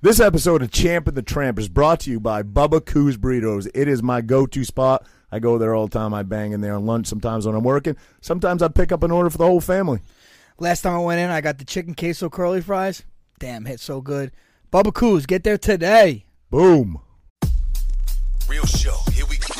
This episode of Champ and the Tramp is brought to you by Bubba Coos Burritos. It is my go-to spot. I go there all the time. I bang in there on lunch sometimes when I'm working. Sometimes I pick up an order for the whole family. Last time I went in, I got the chicken queso curly fries. Damn, hit so good. Bubba Coos, get there today. Boom. Real show, here we go.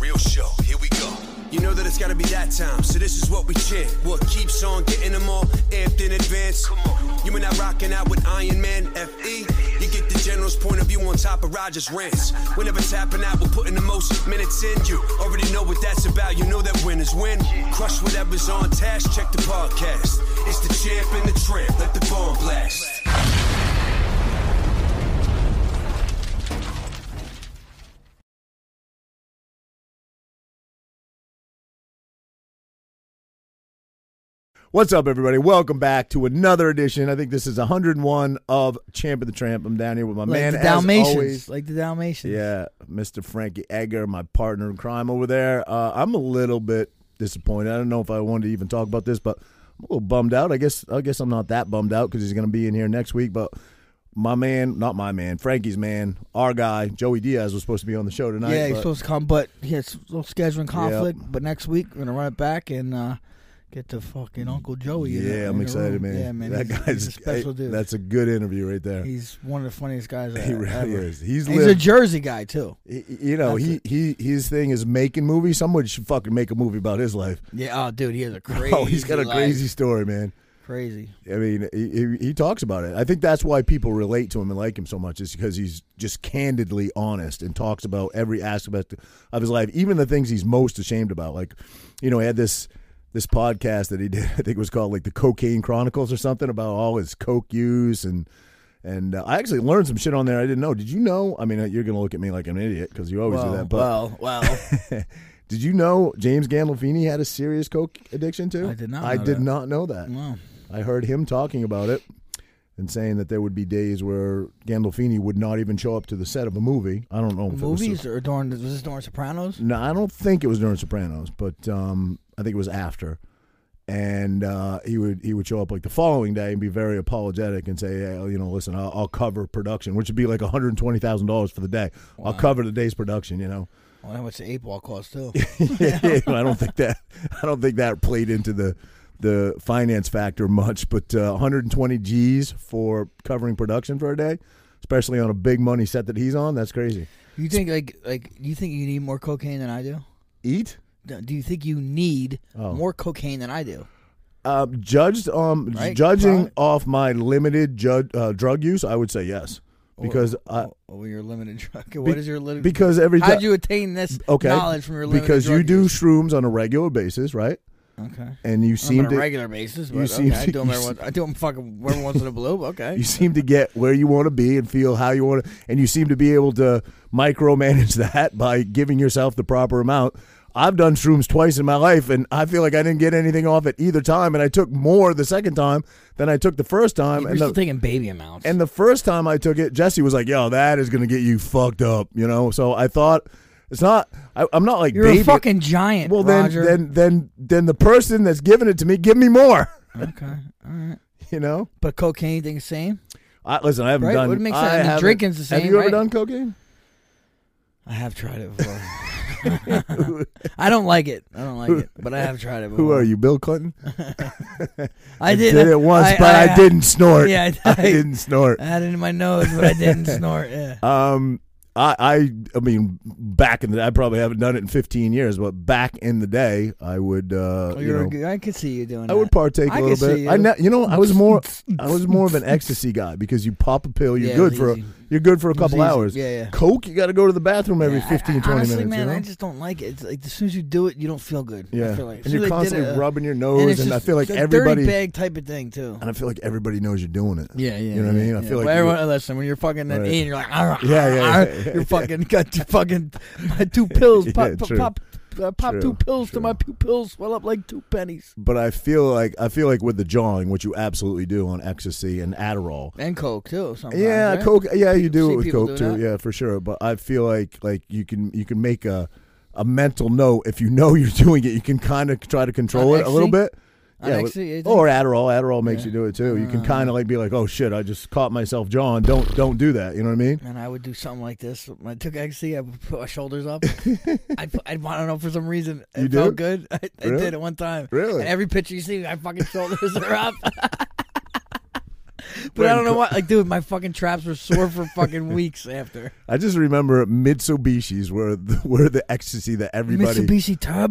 Real show, here we go. You know that it's gotta be that time, so this is what we chant. What keeps on getting them all amped in advance. Come on. You and I rocking out with Iron Man FE. You get the general's point of view on top of Rogers' rants. Whenever tapping out, we're putting the most minutes in. You already know what that's about, you know that winners win. Crush whatever's on task, check the podcast. It's the champ and the tramp, let the bomb blast. What's up, everybody? Welcome back to another edition. I think this is 101 of Champ and the Tramp. I'm down here with my Like man, the as Dalmatians. always. Like the Dalmatians. Yeah, Mr. Frankie Egger, my partner in crime over there. Uh, I'm a little bit disappointed. I don't know if I wanted to even talk about this, but I'm a little bummed out. I guess I guess I'm not that bummed out because he's going to be in here next week. But my man, not my man, Frankie's man, our guy, Joey Diaz was supposed to be on the show tonight. Yeah, he's but- supposed to come, but he has a little scheduling conflict. But next week, we're going to run it back and uh, get to fucking Uncle Joey. in the- yeah, in I'm the excited, room. man. Yeah, man. That he's, guy's he's a special hey, dude. That's a good interview right there. he's one of the funniest guys I he really ever. is. He's, He's a lived- Jersey guy, too. he- you know, That's he, he his thing is making movies. Someone should fucking make a movie about his life. Yeah, oh, dude, he has a crazy oh, he's got a life. crazy story, man. Crazy. I mean, he, he he talks about it. I think that's why people relate to him and like him so much is because he's just candidly honest and talks about every aspect of his life, even the things he's most ashamed about. Like, you know, he had this this podcast that he did. I think it was called like the Cocaine Chronicles or something about all his coke use and and uh, I actually learned some shit on there I didn't know. Did you know? I mean, uh, you're gonna look at me like an idiot because you always do Well, that. But well, well. did you know James Gandolfini had a serious coke addiction too? I did not I know did that. not know that. Wow. I heard him talking about it and saying that there would be days where Gandolfini would not even show up to the set of a movie. I don't know if it was Movies or during was this during Sopranos? no, I don't think it was during Sopranos, but um, I think it was after. And uh, he would he would show up like the following day and be very apologetic and say, hey, you know, listen, I'll, I'll cover production, which would be like one hundred twenty thousand dollars for the day. I'll cover the day's production, you know. Well, how much Oh, the eight ball cost too? I don't think that I don't think that played into the the finance factor much, but uh, 120 G's for covering production for a day, especially on a big money set that he's on, that's crazy. you think like like you think you need more cocaine than I do? Eat No, Do you think you need Oh. more cocaine than I do? uh, judged um Right, judging right. off my limited ju- uh, drug use, I would say yes because I, oh, oh, your limited drug. What is your limited? because every How'd time you attain this uh, okay knowledge from your limited because you drug do use? shrooms on a regular basis, right? okay. And you I'm seem on a to regular basis, but you seem okay, I to- do them you every se- once. I do them fucking every once in a blue. Okay. You seem to get where you want to be and feel how you want to, and you seem to be able to micromanage that by giving yourself the proper amount. I've done shrooms twice in my life, and I feel like I didn't get anything off at either time, and I took more the second time than I took the first time. You're and still the, taking baby amounts. and the first time I took it, Jesse was like, "Yo, that is gonna get you fucked up," you know. So I thought it's not. I, I'm not like you're baby. a fucking giant. well, then, Roger. then, then, then the person that's giving it to me, give me more. okay, all right. You know. But cocaine thing same. I, listen, I haven't Right, done. would make sense. I And haven't- drinking's the Have same, you ever right? done cocaine? I have tried it before. I don't like it. I don't like it, but I have tried it before. Who are you, Bill Clinton? I did, Did it once, but I, didn't snort. Yeah, I, I didn't snort. I had it in my nose, but I didn't snort. Yeah. Um, I, I, I mean, back in the, I probably haven't done it in 15 years, but back in the day, I would, uh, Well, you Oh, you're a know, good- I could see you doing. I would that. partake a I can little see bit. I, you. ne- you know, I was more, I was more of an ecstasy guy because you pop a pill, you're Yeah, it good was for, a, easy. you're good for a It was couple easy. hours. Yeah, yeah. Coke, you got to go to the bathroom every Yeah, I- 15, 20 honestly, minutes. man, you know? I just don't like it. It's like as soon as you do it, you don't feel good. I yeah, feel like. As and soon you're as I did constantly it, uh, rubbing your and nose, it's and, I just feel like a everybody, dirty bag type of thing too. and I feel like everybody knows you're doing it. Yeah, yeah. You know what I yeah, mean? I yeah. feel like Well, you- everyone, listen, when you're fucking an Right. E and you're like, "Arr, Yeah, yeah, arr, yeah, arr," yeah, yeah. you're fucking got your fucking my two pills, Yeah, pop, true. pop, uh, pop True, two pills true. to my pupils, swell up like two pennies. but I feel like I feel like with the jawing, which you absolutely do on ecstasy and Adderall. And coke too. Sometimes, Yeah, right? coke. Yeah, you do See it with people coke do too. that. Yeah, for sure. But I feel like like you can you can make a a mental note if you know you're doing it. You can kind of try to control On it a little ecstasy? bit. Yeah, I with- see, I think- or Adderall. Adderall makes Yeah. you Uh. do it too. You can kind of like be like, "Oh shit, I just caught myself, John. Don't don't do that." You know what I mean? And I would do something like this. When I took XC, I would put my shoulders up. I'd, put- I'd, I don't know, for some reason, it You do? felt good. I, I Really? did it one time. Really? And every picture you see, my fucking shoulders are up. but Wait, I don't know co- why. Like, dude, my fucking traps were sore for fucking weeks after. I just remember Mitsubishi's were the, were the ecstasy that everybody Mitsubishi they would,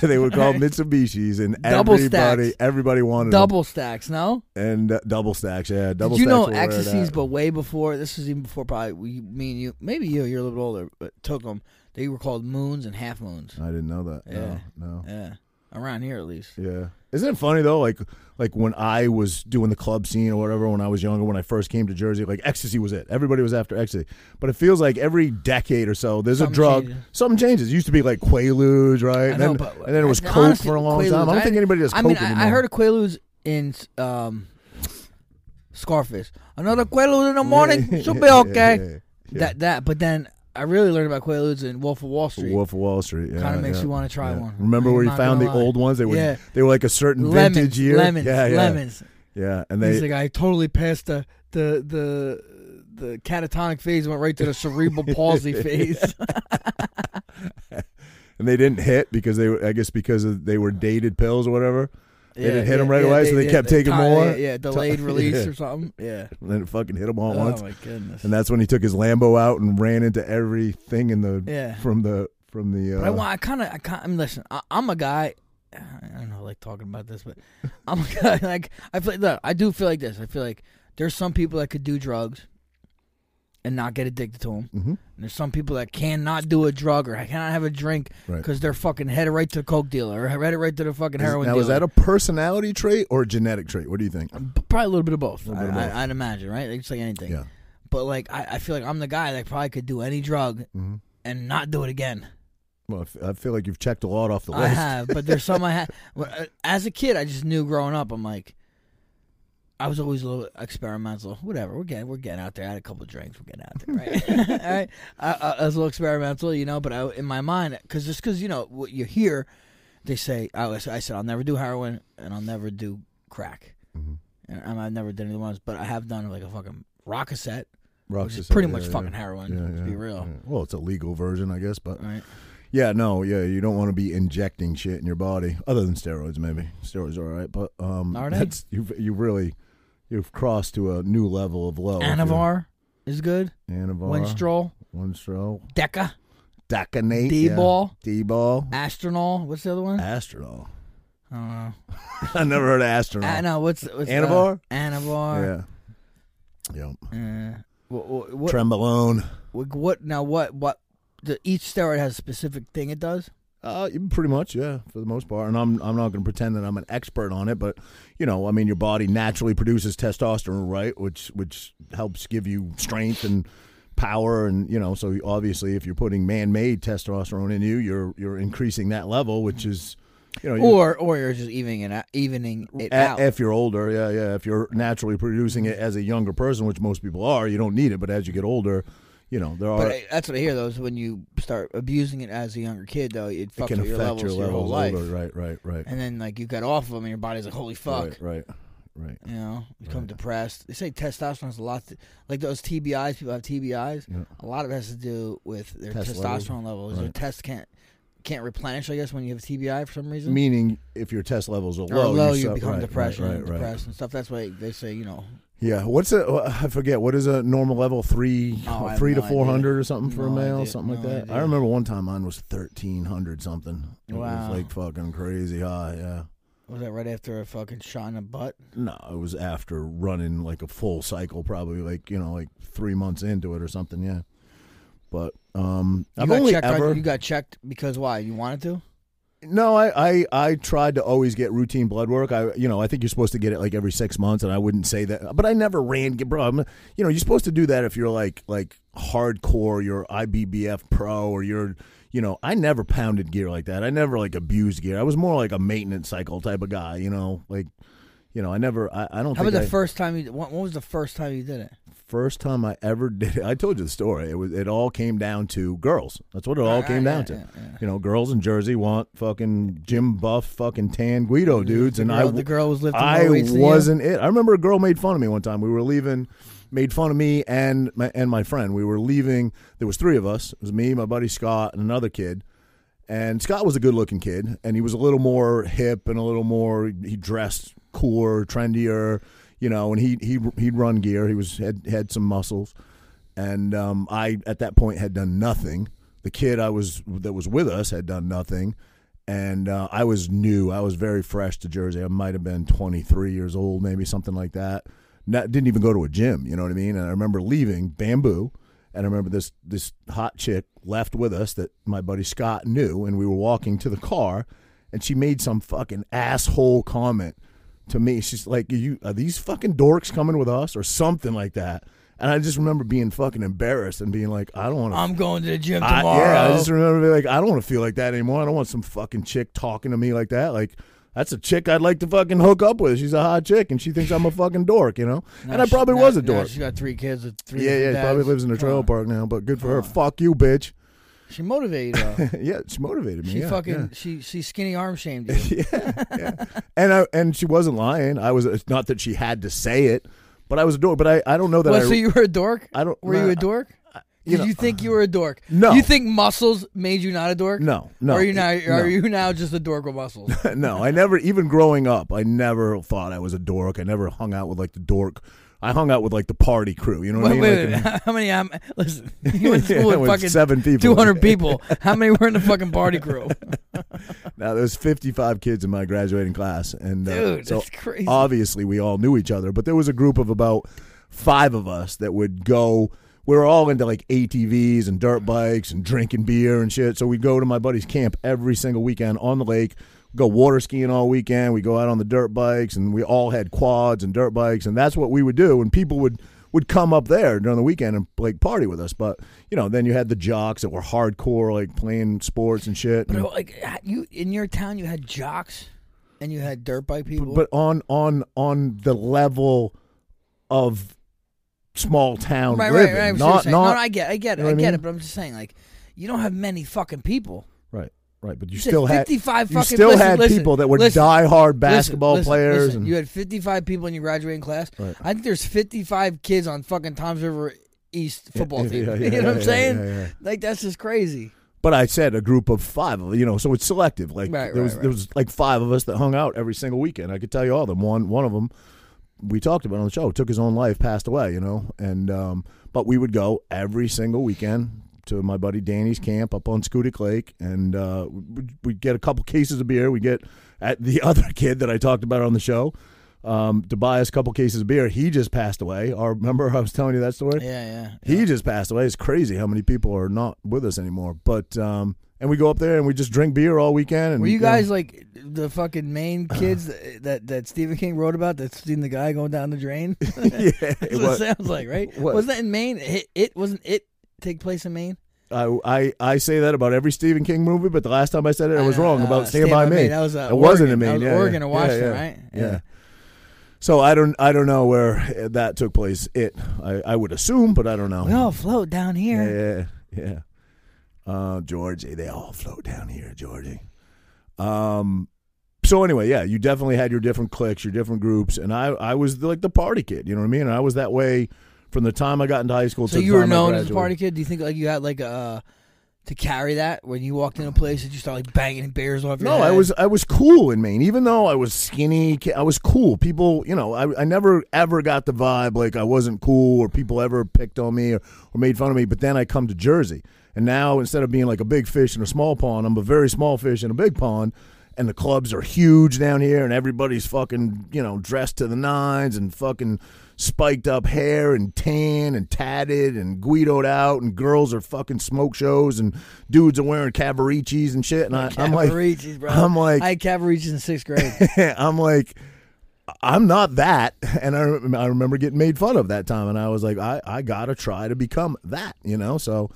they would call Mitsubishi's and Double everybody stacks. everybody wanted them. Double stacks, no? and uh, double stacks. Yeah, double. Did you stacks know were where it ecstasies, at. but way before this is even before probably we, me and you, maybe you, you're a little bit older, but took them. They were called moons and half moons. I didn't know that. Yeah. No, no. Yeah, around here at least. Yeah. Isn't it funny though? Like, like when I was doing the club scene or whatever when I was younger, when I first came to Jersey, like ecstasy was it. Everybody was after ecstasy. But it feels like every decade or so, there's a Something drug. changes. Something changes. It used to be like Quaaludes, right? I and, know, then, but and then it was I- Coke honestly, for a long Quaaludes, time. I don't think anybody does I Coke mean, anymore. I, I heard of Quaaludes in um, Scarface. Another Quaalude in the morning, she'll be okay. yeah. That that, but then I really learned about Quaaludes in Wolf of Wall Street. Wolf of Wall Street. Yeah, Kinda makes yeah, you wanna try yeah. one. Remember where I'm you not found the gonna lie. old ones? They were Yeah. they were like a certain lemons, vintage year. lemons, yeah, yeah. lemons. Yeah, and He's they like, I totally passed the the the the catatonic phase, went right to the cerebral palsy phase. and they didn't hit because they were I guess because of, they were dated pills or whatever. They Yeah, didn't hit yeah, them right yeah, away, so they yeah, kept taking ti- more. Yeah, yeah, delayed Ti- release yeah. or something. Yeah. And then it fucking hit them all at Oh once. my goodness. And that's when he took his Lambo out and ran into everything in the Yeah. from the from the. Uh, But I want. I kind of. I kind. I mean, listen. I, I'm a guy. I don't know. I like talking about this, but I'm a guy. Like I feel. Look, I do feel like this. I feel like there's some people that could do drugs and not get addicted to them. Mhm. And there's some people that cannot do a drug or cannot have a drink Right. because they're fucking headed right to the coke dealer or headed right to the fucking heroin now dealer. is that a personality trait or a genetic trait? What do you think? B- probably a little bit of both. Little bit of I, both. I, would imagine, right? Like, just like anything. Yeah. But like, I, I feel like I'm the guy that probably could do any drug Mhm. and not do it again. Well, I f- I feel like you've checked a lot off the list. I have, but there's some I had. As a kid, I just knew growing up. I'm like, I was always a little experimental. Whatever, we're getting we're getting out there. I had a couple drinks. We're getting out there, right? All right. I, I, I was a little experimental, you know. But I, in my mind, because just because you know what you hear, they say I was. I said I'll never do heroin and I'll never do crack. Mhm. And I'm, I've never done any ones, but I have done like a fucking rock cassette, Rock which is society, pretty yeah, much yeah. fucking heroin. Yeah, to yeah, be real, yeah. Well, it's a legal version, I guess, but right? yeah, no, yeah, you don't want to be injecting shit in your body, other than steroids, maybe. Steroids are all right, but um, Are they? that's you've you really you've crossed to a new level of low. if you're- Anavar is good. Oh, Anavar, Winstrol, Winstrol, Deca. Daconate, D-ball. yeah. D-ball, Astronol. What's the other one? Astronol. I don't know. I never heard of Astronol. Ah, no, what's, what's Anavar? Uh, Anavar. Yeah. Yep. Yeah. what, what, what, Trembolone. what, what- Now what? What? The, each steroid has a specific thing it does. Uh, pretty much, yeah, for the most part. And I'm I'm not going to pretend that I'm an expert on it, but you know, I mean, your body naturally produces testosterone, right? Which which helps give you strength and power, and you know, so obviously, if you're putting man-made testosterone in you, you're you're increasing that level, which is, you know, you- Or or you're just evening it out, evening it A- out. If you're older, yeah, yeah. If you're naturally producing it as a younger person, which most people are, you don't need it. But as you get older, you know there but are I- that's what I hear though is when you start abusing it as a younger kid though it, it fucks can with affect your levels your, whole life. older, right, right, right, And then like you got off of them and your body's like holy fuck. right, right, right. You know, become depressed. They say testosterone's a lot, to, like those TBIs. People have TBIs. Yeah. A lot of it has to do with their Test testosterone levels. Their Right. test can't can't replenish, I guess, when you have a TBI for some reason. Meaning, if your test levels are Mm-hmm. or low, low, you, you su- become right, depressed, Right, and right, right. depressed and stuff. That's why they say, you know, Yeah. What's a? I forget. What is a normal level? Three, three Oh, I have to no four hundred idea. or something for a No male, idea, something like no that. I idea. remember one time mine was thirteen hundred something. It Wow. was like fucking crazy high. Yeah. was that right after a fucking shot in the butt? No, it was after running like a full cycle, probably like you know, like three months into it or something. Yeah, but um, You I've got only checked, right? ever You got checked because why? You wanted to? no, I, I I tried to always get routine blood work. I you know I think you're supposed to get it like every six months, and I wouldn't say that, but I never ran. Bro, I'm, you know you're supposed to do that if you're like like hardcore, you're IBBF pro, or you're you know I never pounded gear like that. I never like abused gear. I was more like a maintenance cycle type of guy. You know like you know, I never, I, I don't How think about the I- first time you? When, when was the first time you did it? first time I ever did it, I told you the story. It was it all came down to girls. That's what it all Right, came Ah, yeah, down to. yeah, yeah. You know, girls in Jersey want fucking Jim Buff, fucking tan Guido dudes, and girl- I the girl was lifting more I weights than you? wasn't it. I remember a girl made fun of me one time. We were leaving. Made fun of me and my and my friend. We were leaving. There was three of us. It was me, my buddy Scott, and another kid. And Scott was a good looking kid, and he was a little more hip and a little more. He dressed cooler, trendier, you know. And he he he'd run gear. He was had had some muscles, and um, I at that point had done nothing. The kid I was that was with us had done nothing, and uh, I was new. I was very fresh to Jersey. I might have been twenty three years old, maybe something like that. Not, didn't even go to a gym. You know what I mean? And I remember leaving Bamboo and I remember this this hot chick left with us that my buddy Scott knew, and we were walking to the car, and she made some fucking asshole comment to me. She's like, "Are "You are these fucking dorks coming with us or something like that?" And I just remember being fucking embarrassed and being like, "I don't want to." I'm going to the gym I- tomorrow. yeah, I just remember being like, I don't want to feel like that anymore. I don't want some fucking chick talking to me like that. Like, that's a chick I'd like to fucking hook up with. She's a hot chick, and she thinks I'm a fucking dork, you know. Now and I she- probably now- was a now dork. She got three kids with three. yeah, yeah. dads. She probably lives in a Come trailer on. park now, but good for her. Come on. Fuck you, bitch. She motivated you. though. yeah, she motivated me. She yeah, fucking yeah. she she skinny arm shamed you. and I and she wasn't lying. I was it's not that she had to say it, but I was a dork. But I, I don't know that well, I so you were a dork. I don't- Were you nah, a dork? you Did know- you think you were a dork? No. You think muscles made you not a dork? no no Or are you now? no. Are you now just a dork with muscles? no, I never even growing up, I never thought I was a dork. I never hung out with like the dork. I hung out with like the party crew. You know what wait, I mean? wait, Like, wait. How many? I'm, listen, you went to school Yeah, with with fucking seven people. two hundred people. How many were in the fucking party crew? Now there's 55 kids in my graduating class, and uh, Dude, so that's crazy. obviously we all knew each other. But there was a group of about five of us that would go. We were all into like ATVs and dirt bikes and drinking beer and shit. So we'd go to my buddy's camp every single weekend on the lake. Go water skiing all weekend. We go out on the dirt bikes, and we all had quads and dirt bikes, and that's what we would do. And people would would come up there during the weekend and like party with us. But you know, then you had the jocks that were hardcore, like playing sports and shit. But and- like you in your town, you had jocks, and you had dirt bike people. but on on on the level of small town right, living, right, right. I see what you're not saying. no, not no, I get, it, I get it, You know I what I get mean? it. But I'm just saying, like, you don't have many fucking people. right, right. But you It's a still had 55 you fucking- still listen, had listen, people that were listen, diehard basketball Listen, listen, players. listen. and, you had 55 people in your graduating class. Right. I think there's 55 kids on fucking Tom's River East football yeah, team. yeah, you know yeah, what I'm yeah, saying? yeah, yeah. Like that's just crazy. but I said a group of five, you know, so it's selective. Like Right, there was right, right. there was like five of us that hung out every single weekend. I could tell you all of them. One one of them we talked about on the show took his own life, passed away, you know, and um, but we would go every single weekend to my buddy Danny's camp up on Scudic Lake, and uh, we'd, we'd get a couple cases of beer. We get at the other kid that I talked about on the show. Um, to buy us a couple cases of beer, he just passed away. Or remember, I was telling you that story. Yeah, yeah. He just passed away. It's crazy how many people are not with us anymore. But um, and we go up there and we just drink beer all weekend. And Were you know, guys like the fucking Maine kids that, that that Stephen King wrote about? That's seen the guy going down the drain. yeah, That's it what it was, sounds like, right? What? Wasn't that in Maine? It, it wasn't it take place in Maine. I, I I say that about every Stephen King movie, but the last time I said it, I was Uh, wrong about uh, Stand, by, Me. That was uh, it wasn't Oregon. in Maine. That was yeah, Oregon yeah. or Washington, yeah, yeah. right? Yeah. So I don't I don't know where that took place. It I, I would assume, but I don't know. We all float down here. Yeah, yeah, yeah. Uh, Georgie, they all float down here, Georgie. Um, so anyway, yeah, you definitely had your different cliques, your different groups, and I, I was like the party kid. You know what I mean? And I was that way from the time I got into high school. So to you the were time I known as a graduated. party kid. Do you think like you had like a uh, to carry that when you walked in a place and you started like banging bears off your No, head? I was I was cool in Maine, even though I was skinny. ki- I was cool. People, you know, I, I never ever got the vibe like I wasn't cool, or people ever picked on me or, or made fun of me. But then I come to Jersey, and now instead of being like a big fish in a small pond, I'm a very small fish in a big pond. And the clubs are huge down here, and everybody's fucking you know dressed to the nines and fucking spiked up hair and tan and tatted and guidoed out, and girls are fucking smoke shows, and dudes are wearing cavaricis and shit. And I, I'm like, Cavaricis, bro. I'm like- I had Cavaricis in sixth grade. I'm like, I'm not that. And I, rem- I remember getting made fun of that time. And I was like, I, I got to try to become that, you know? So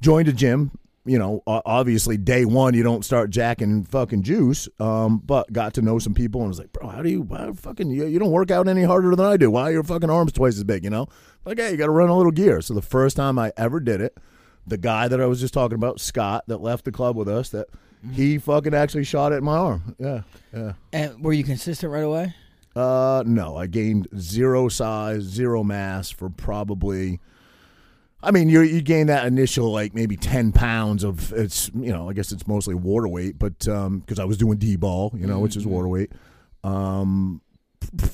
joined a gym you know, o- obviously day one you don't start jacking fucking juice. Um, but got to know some people and was like, bro, how do you, why fucking, you, you don't work out any harder than I do. Why are your fucking arms twice as big? You know, like, hey, you got to run a little gear. So the first time I ever did it, the guy that I was just talking about, Scott, that left the club with us, that he fucking actually shot at my arm. Yeah, yeah. And were you consistent right away? Uh, no, I gained zero size, zero mass for probably. I mean, you you gain that initial like maybe ten pounds of it's you know I guess it's mostly water weight, but um because I was doing D ball, you know, which is water weight, um,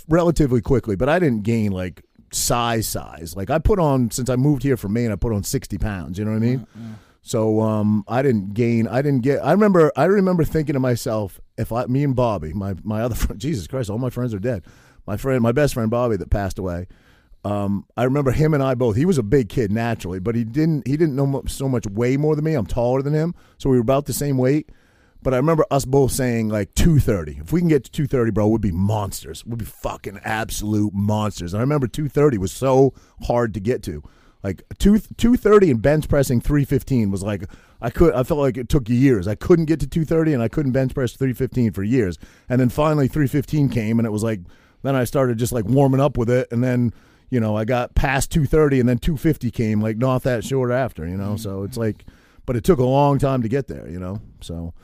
relatively quickly. But I didn't gain like size size. Like I put on since I moved here from Maine, I put on sixty pounds. You know what I mean? So um, I didn't gain. I didn't get. I remember. I remember thinking to myself, if I, me and Bobby, my my other friend, Jesus Christ, all my friends are dead. My friend, my best friend Bobby, that passed away. Um, I remember him and I both. He was a big kid naturally, but he didn't. He didn't know mu- so much. Way more than me. I'm taller than him, so we were about the same weight. But I remember us both saying like 230. If we can get to 230, bro, we'd be monsters. We'd be fucking absolute monsters. And I remember 230 was so hard to get to. Like two 230 and bench pressing 315 was like I could I felt like it took years. I couldn't get to 230 and I couldn't bench press 315 for years. And then finally 315 came and it was like then I started just like warming up with it and then you know, I got past 230 and then 250 came like not that short after, you know. So it's like but it took a long time to get there, you know. So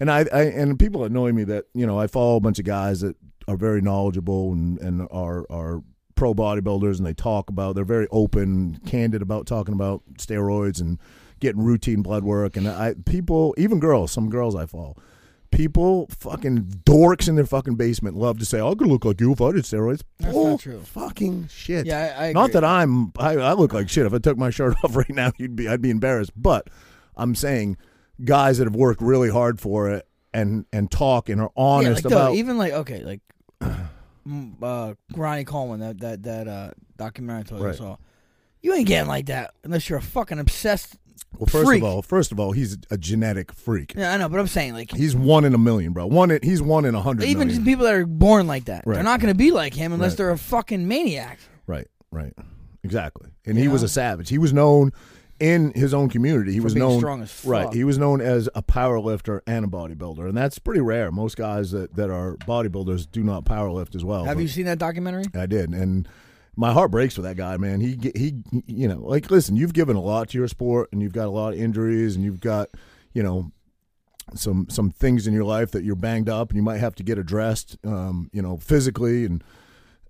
and I, I and people annoy me that you know I follow a bunch of guys that are very knowledgeable and and are are pro bodybuilders and they talk about they're very open, candid about talking about steroids and getting routine blood work and I people even girls some girls I follow. People fucking dorks in their fucking basement love to say, I could look like you if I did steroids. That's not Bull true. Fucking shit. Yeah, I- I Not agree. that I'm I, I look like shit. If I took my shirt off right now, you'd be I'd be embarrassed. But I'm saying guys that have worked really hard for it and and talk and are Yeah, honest like, though, about even like okay, like mm, uh, Ronnie Coleman that that that uh, documentary I told you I Right. saw. You ain't getting like that unless you're a fucking obsessed. Well, first freak. of all, first of all, he's a genetic freak. Yeah, I know, but I'm saying like He's one in a million, bro. One in, he's one in a hundred even million. just people that are born like that, they're Right. not going to be like him unless Right. they're a fucking maniac. right, right, exactly. And he You was know? a savage. He was known in his own community. He was being known strong as fuck. right. He was known as a power lifter and a bodybuilder, and that's pretty rare. Most guys that that are bodybuilders do not power lift as well. Have but- you seen that documentary? I did, and my heart breaks for that guy, man. He he, you know, like listen, you've given a lot to your sport, and you've got a lot of injuries, and you've got, you know, some some things in your life that you're banged up, and you might have to get addressed, um, you know, physically and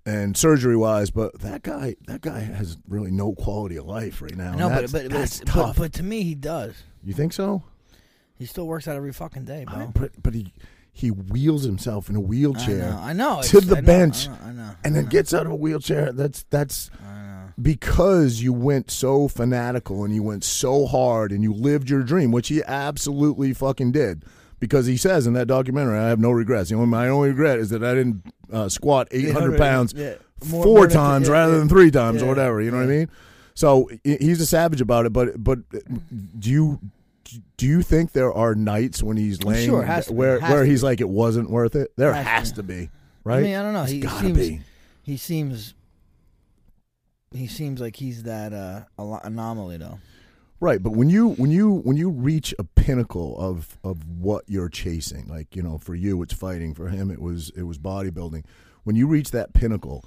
and surgery wise. But that guy, that guy has really no quality of life right now. and No, but that's- but, that's but, but tough. but to me, he does. you think so? He still works out every fucking day, bro. But, but he he wheels himself in a I wheelchair. know. I know. to it's- the I know, bench I know. I know. and then gets out of a wheelchair. That's that's because you went so fanatical and you went so hard and you lived your dream, which he absolutely fucking did. Because he says in that documentary, I have no regrets. You know, my only regret is that I didn't uh, squat 800 pounds Yeah. More- four more than- times yeah, rather yeah. than three times Yeah, or whatever. You know what I mean? So he- he's a savage about it. But but do you do you think there are nights when he's laying sure it has to be. where Has where to he's like it wasn't worth it? There Has has, to be. to be, right? I mean, I don't know. It's he gotta seems, be. He seems. He seems like he's that uh, al- anomaly, though. Right, but when you when you when you reach a pinnacle of of what you're chasing, like you know, for you it's fighting, for him it was it was bodybuilding. When you reach that pinnacle,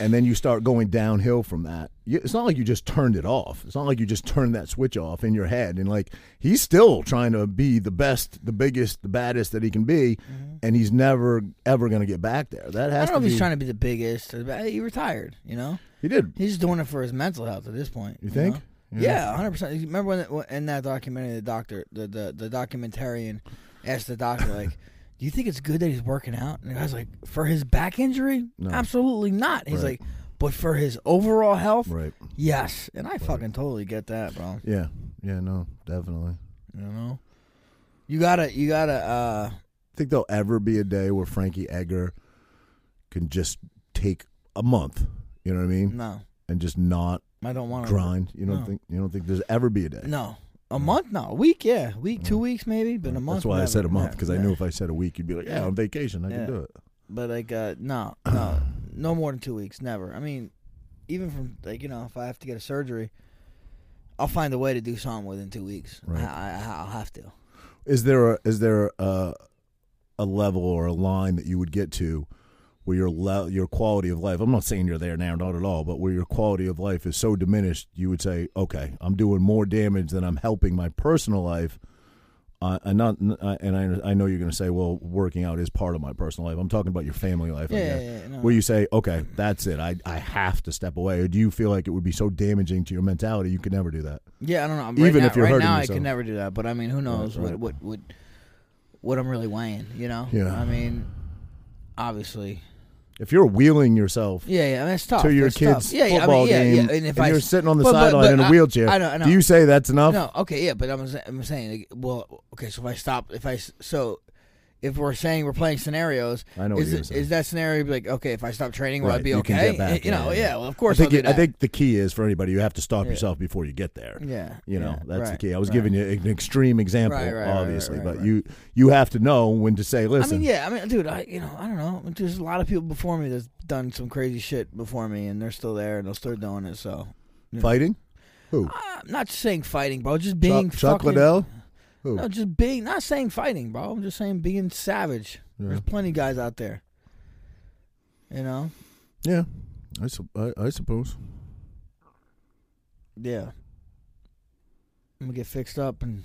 and then you start going downhill from that, you, it's not like you just turned it off. It's not like you just turned that switch off in your head. And like he's still trying to be the best, the biggest, the baddest that he can be, and he's never ever going to get back there. That Mm-hmm. I has don't know to be. if he's trying to be the biggest. Or the, ba- he retired, you know. he did. He's just doing it for his mental health at this point. You think? know? Yeah. Yeah, hundred percent. Remember when when- in that documentary, the doctor, the, the the documentarian, asked the doctor like, "Do you think it's good that he's working out?" And the guy's like, "For his back injury, absolutely not." He's Right. like, "But for his overall health, Right. yes." And I fucking totally get that, bro. Yeah. Yeah. No. Definitely. You know, you gotta, you gotta. uh think there'll ever be a day where Frankie Edgar can just take a month, you know what I mean, No, and just not I don't want to grind. You don't No. think you don't think there's ever be a day. No, a month, no, a week, yeah, week, two weeks, maybe, but a month. That's why I never. said a month Yeah, because I yeah. knew if I said a week, you'd be like, "Yeah, on vacation, I Yeah. can do it." But like, uh, no, no, no more than two weeks, never. I mean, even from like you know, if I have to get a surgery, I'll find a way to do something within two weeks. Right. I, I, I'll have to. Is there a, is there a, a level or a line that you would get to where your le- your quality of life? I'm not saying you're there now, not at all, but where your quality of life is so diminished, you would say, okay, I'm doing more damage than I'm helping my personal life. Uh, and not, uh, and I, I know you're going to say, well, working out is part of my personal life. I'm talking about your family life, I Yeah, guess. yeah, yeah, no. Where you say, okay, that's it. I, I have to step away. Or do you feel like it would be so damaging to your mentality you could never do that? Yeah, I don't know. Right Even now, if you're right hurting now, I yourself. could never do that. But I mean, who knows right. what what what what I'm really weighing? You know? Yeah. I mean, obviously. If you're wheeling yourself Yeah, yeah. I mean, it's tough. to your It's kids' tough. Oh, Yeah, yeah, I football mean, yeah, game, yeah. And if I, you're sitting on the but- but- sideline but in a I- wheelchair, I, don't know. do you say that's enough? No, okay, yeah, but I'm sa- I'm saying like, well, okay, so if I stop, if I s- so if we're saying we're playing scenarios, I know what is you're it- gonna say. is that scenario be like okay if I stop training, will I Right, be you okay? Eh, can get back, you know, yeah, yeah, yeah. well, of course. I think I'll do it- I that. think the key is for anybody, you have to stop Yeah. yourself before you get there. yeah, You know, yeah, that's the right, key. I was right. giving you an extreme example, Right, right, right, right, obviously, right, but right. you you have to know when to say, I listen. mean, yeah, I mean, dude, I you know, I don't know. There's a lot of people before me that's done some crazy shit before me, and they're still there and they're still doing it. So Fighting? Who? I'm not saying fighting, bro. Just Chuck- being Chuck fucking- Liddell? Who? No, just being. Not saying fighting, bro. I'm just saying being savage. There's plenty of guys out there. You know. Yeah, I, su- I, I suppose. Yeah. I'm gonna get fixed up and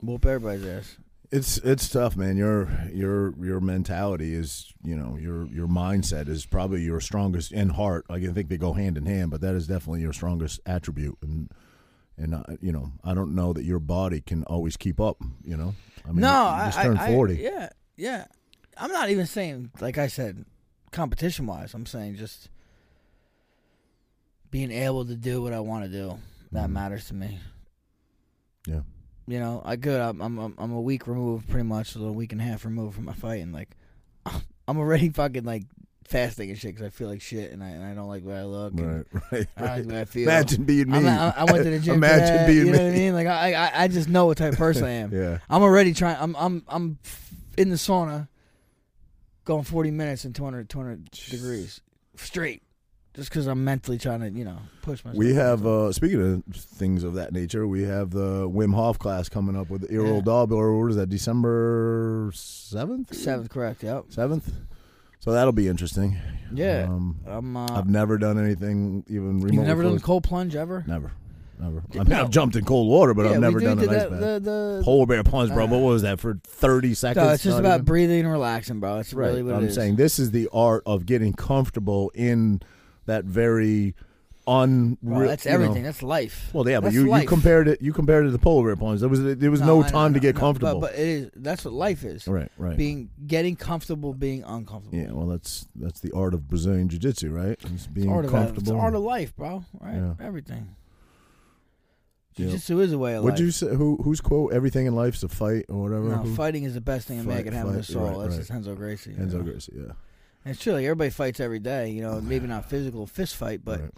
whoop everybody's ass. It's it's tough, man. Your your your mentality is, you know, your your mindset is probably your strongest and heart. Like, I think they go hand in hand, but that is definitely your strongest attribute. And and uh, you know, I don't know that your body can always keep up. You know, I mean, no, you I just I- turned I- forty. yeah, yeah. I'm not even saying like I said, competition wise. I'm saying just being able to do what I want to do. That Mhm. matters to me. Yeah. You know, I good. I'm I'm I'm- I'm a week removed, pretty much, a week and a half removed from my fight, and like I'm already fucking like fasting and shit because I feel like shit, and I and I don't like the way I look. and Right, right, I don't like right. the way I feel. Imagine being me. I'm not- I, I went to the gym. Imagine today, being you me. know what I mean? Like I, I, I just know what type of person I am. Yeah, I'm already trying. I'm, I'm, I'm in the sauna, going 40 minutes and 200, 200 degrees straight, just because I'm mentally trying to, you know, push myself. we have. uh Speaking of things of that nature, we have the Wim Hof class coming up with Errol Yeah. Dahl. Or what is that? December seventh. seventh, correct? Yep. Seventh. So that'll be interesting. Yeah. Um, I'm. Uh, I've never done anything even remotely. you've never done close. cold plunge ever? Never, never. I Yeah, mean, no. I've jumped in cold water, but yeah, I've never we do, done we an did ice that- bath. the- the- Polar bear plunge, bro. Uh, what was that for thirty seconds? no, it's just Not about even- breathing and relaxing, bro. That's Right. really what I'm it is. saying this is the art of getting comfortable in that very unreal. Bro, that's everything. That's life. Well, yeah, but That's you, you life. compared it. You compared it to the polar bear plunge. There was there was no, I know, time I to know, get no, comfortable. But, but it is. That's what life is. right, right. being getting comfortable being uncomfortable. yeah, well, that's that's the art of Brazilian jiu jitsu, right? It's being It's art of that- comfortable. it's the art of life, bro. Right? Yeah. Everything. Yeah. Jiu-jitsu is a way of Would life. you say who whose quote "Everything in life's a fight" or whatever? no, who? fighting is the best thing a man Fight- can have in the fight, soul. right, That's just Henzo Gracie. you Enzo know? Gracie, yeah. And It's true. Like, everybody fights every day. You know, maybe not physical fist fight, but Right.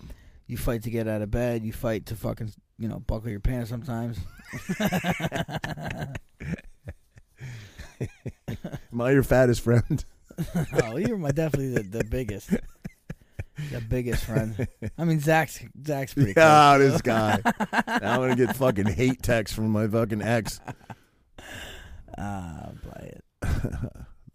you fight to get out of bed. You fight to fucking you know buckle your pants sometimes. am I your fattest friend? oh, you're my definitely the, the biggest, the biggest friend. I mean, Zach's Zach's pretty. close. yeah, this guy. Now I'm gonna get fucking hate texts from my fucking ex. Ah, play it.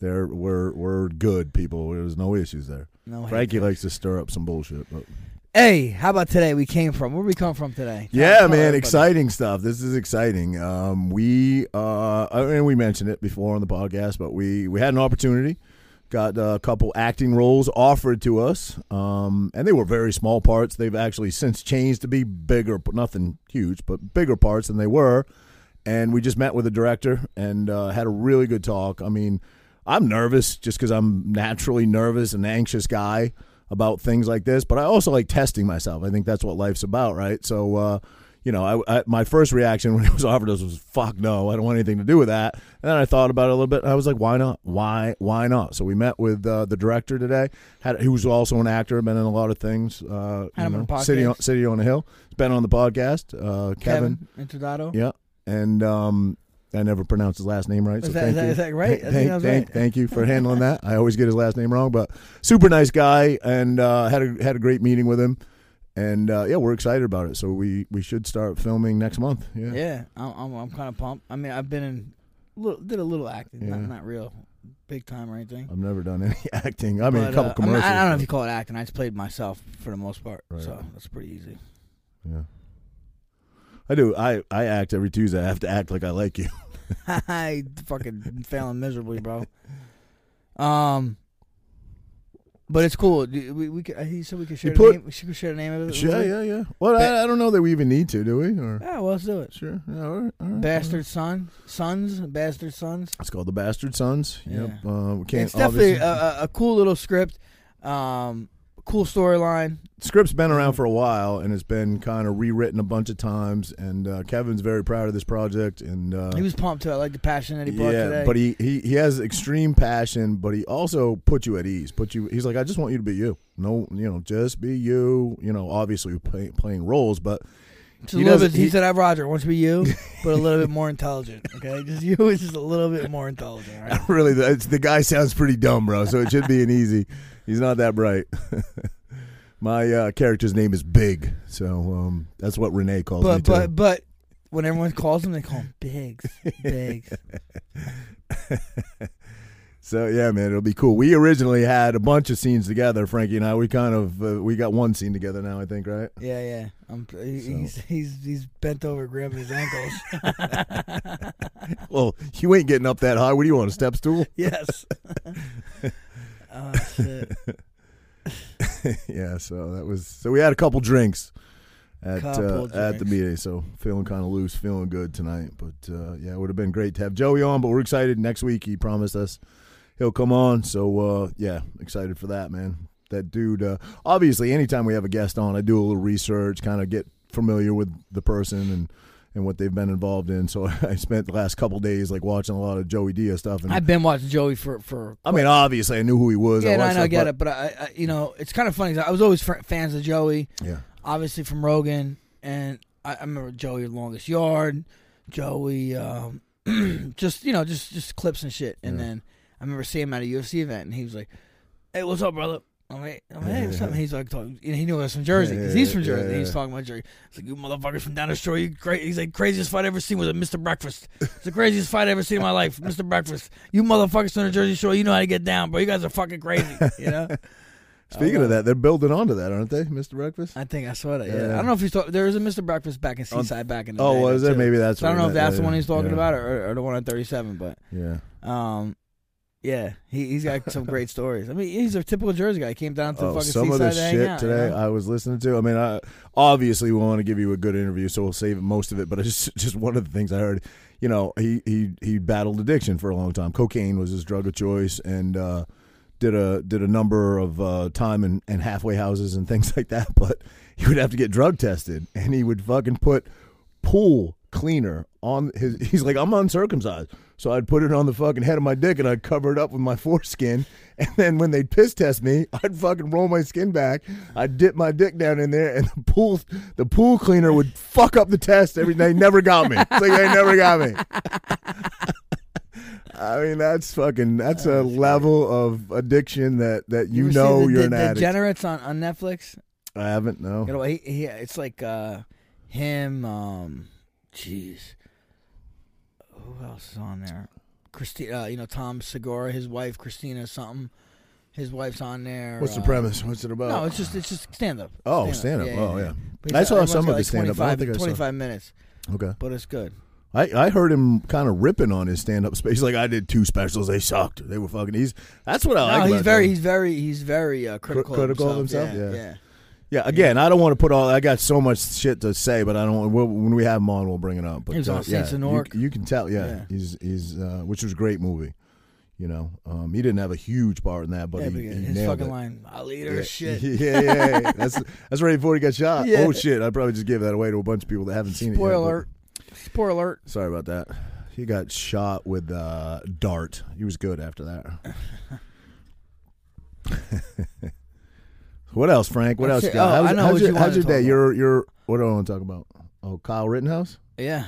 There, we're we're good people. There's no issues there. No hate. Frankie likes to stir up some bullshit. But. Hey, how about today? We came from where we come from today. Tell- Yeah, tell man, everybody. exciting stuff. This is exciting. Um, we uh, and we mentioned it before on the podcast, but we we had an opportunity, got a couple acting roles offered to us, um, and they were very small parts. They've actually since changed to be bigger, but nothing huge, but bigger parts than they were. And we just met with the director and uh, had a really good talk. I mean, I'm nervous just because I'm naturally nervous and anxious guy about things like this, but I also like testing myself. I think that's what life's about, right? So, uh, you know, I, I, my first reaction when it was offered us was "fuck no, I don't want anything to do with that." And then I thought about it a little bit, and I was like, "Why not? Why? Why not?" So we met with uh, the director today, had, who's also an actor, been in a lot of things. Uh, Had him you on know, the City on podcast. City on a Hill. He's been on the podcast. Uh, Kevin, Kevin Introdato. yeah, and um, I never pronounced his last name right. Is so that- thank is that- you. is that right? I Thank, think that was thank, right. thank you for handling that. I always get his last name wrong, but super nice guy, and uh, had a had a great meeting with him. And uh, yeah, we're excited about it. So we we should start filming next month. Yeah. Yeah, I'm I'm, I'm kind of pumped. I mean, I've been in, little, did a little acting, not Yeah. not real, big time or anything. I've never done any acting. I mean, But, a couple uh, commercials. I, mean, I- I don't know if you call it acting. I just played myself for the most part, Right. so that's pretty easy. yeah. I do. I, I act every Tuesday. I have to act like I like you. I fucking failing miserably, bro. Um, but it's cool. Do- We, we could, uh, he said we could share. put- the name, we should share the name of it. Yeah, yeah, yeah. Well, I, I don't know that we even need to, do we? Or Yeah, well, let's do it. sure. Yeah, all right, all right. Bastard son, sons, bastard sons. It's called the Bastard Sons. Yep. Yeah. Uh, we can't. it's definitely obviously- a, a, a cool little script. Um, cool storyline. script's been around for a while, and it's been kind of rewritten a bunch of times. And uh, Kevin's very proud of this project. And uh, He was pumped too. I like the passion that he brought yeah, today. but he, he he has extreme passion, but he also puts you at ease. Put you. He's like, I just want you to be you. No, you know, just be you. You know, obviously play, playing roles, but Just a he little doesn't- bit- he, he- said, "I'm Roger. Want to be you, but a little bit more intelligent. Okay, just you is just a little bit more intelligent. all Right? really, the, it's, the guy sounds pretty dumb, bro. So it should be an easy. He's not that bright. My uh, character's name is Big, so um, that's what Renee calls me But too. but but when everyone calls him, they call him Biggs. Biggs. So yeah, man, it'll be cool. We originally had a bunch of scenes together, Frankie and I. We kind of uh, we got one scene together now, I think, right? Yeah, yeah. I'm, he- he's he's he's bent over grabbing his ankles. Well, you ain't getting up that high. What do you want, a step stool? yes. oh shit. yeah. So that was so we had a couple drinks at uh, Couple at the drinks. meeting. So feeling kind of loose, feeling good tonight. But uh, yeah, it would have been great to have Joey on. But we're excited. Next week, he promised us he'll come on. So uh, yeah, excited for that, man. That dude. Uh, obviously, anytime we have a guest on, I do a little research, kind of get familiar with the person and. And what they've been involved in, so I spent the last couple days like watching a lot of Joey Dia stuff. And I, I've been watching Joey for for. mean, obviously, I knew who he was. Yeah, no, watched I know, I stuff, get but- it, but I, I you know it's kind of funny. 'cause I was always fr- fans of Joey. Yeah, obviously from Rogan, and I, I remember Joey Longest Yard, Joey, um, just you know, just just clips and shit. And Yeah. then I remember seeing him at a UFC event, and he was like, "Hey, what's up, brother?" I'm like, I'm like, hey, what's up? And he's like, talking, and he knew I was from Jersey because he's from Yeah, Jersey. yeah, He's yeah. talking about Jersey. He's like, "You motherfuckers from down the shore, you crazy." He's like, "Craziest fight I ever seen was a Mr. Breakfast. It's the craziest fight I ever seen in my life, Mr. Breakfast. You motherfuckers from the Jersey Shore, you know how to get down, bro. You guys are fucking crazy, you know." Speaking of that, they're building onto that, aren't they, Mr. Breakfast? I think I saw that. Yeah, Yeah. I don't know if he's talking. There was a Mr. Breakfast back in Seaside back in the Oh, day. was it? there too. Maybe that's. So I don't what know it if meant. that's the one he's talking Yeah. about or, or the one on 37, but Yeah, um, yeah, he he's got some great stories. I mean, he's a typical Jersey guy. He came down to oh, fucking some of Seaside the to hang shit out, you today know? I was listening to. I mean, I obviously we want to give you a good interview, so we'll save most of it. But I just just one of the things I heard, you know, he he he battled addiction for a long time. Cocaine was his drug of choice, and uh, did a did a number of uh, time in, in halfway houses and things like that. But he would have to get drug tested, and he would fucking put pool cleaner on his he's like i'm uncircumcised so i'd put it on the fucking head of my dick and i'd cover it up with my foreskin and then when they'd piss test me i'd fucking roll my skin back i'd dip my dick down in there and the pool the pool cleaner would fuck up the test every they never got me it's like they never got me i mean that's fucking that's a Oh, level of addiction that that you, ever see know the, you're the, an addict Degenerates on on Netflix. i haven't no You know, he, he it's like uh, him. Um, jeez, who else is on there? Christina, uh, you know, Tom Segura, his wife Christina something. His wife's on there. what's the uh, premise what's it about No, it's just it's just stand up. Oh, stand-up. Oh, yeah. But I he's- saw everyone's some got of his stand-up. I don't 25 think I saw- 25 minutes, okay but it's good. I, I heard him kind of ripping on his stand up space. He's like, I did two specials. They sucked. They were fucking. He's that's what Oh, I like. No, he's about very him. he's very he's very uh, critical, critical of of himself. himself? Yeah, Yeah. yeah. Again, I don't want to put all. I got so much shit to say, but I don't. We'll, when we have him on, we'll bring it up. But He was uh, on Saints yeah, and you- Newark. You, can tell. Yeah, Yeah. he's he's uh, which was a great movie. You know, um, he dn't have a huge part in that, but yeah. he, but he his nailed fucking it. line, "I'll eat her Yeah. shit." yeah, yeah, yeah. That's that's right before he got shot. Yeah. Oh shit! I probably just gave that away to a bunch of people that haven't seen Spoiler it. yet, but- alert! Spoiler alert! Sorry about that. He got shot with uh, dart. He was good after that. what else, Frank? What That's else? it. you got? Oh, how's I know how's what your, you how's wanted your to day? talk Your your what do I want to talk about? Oh, Kyle Rittenhouse. Yeah,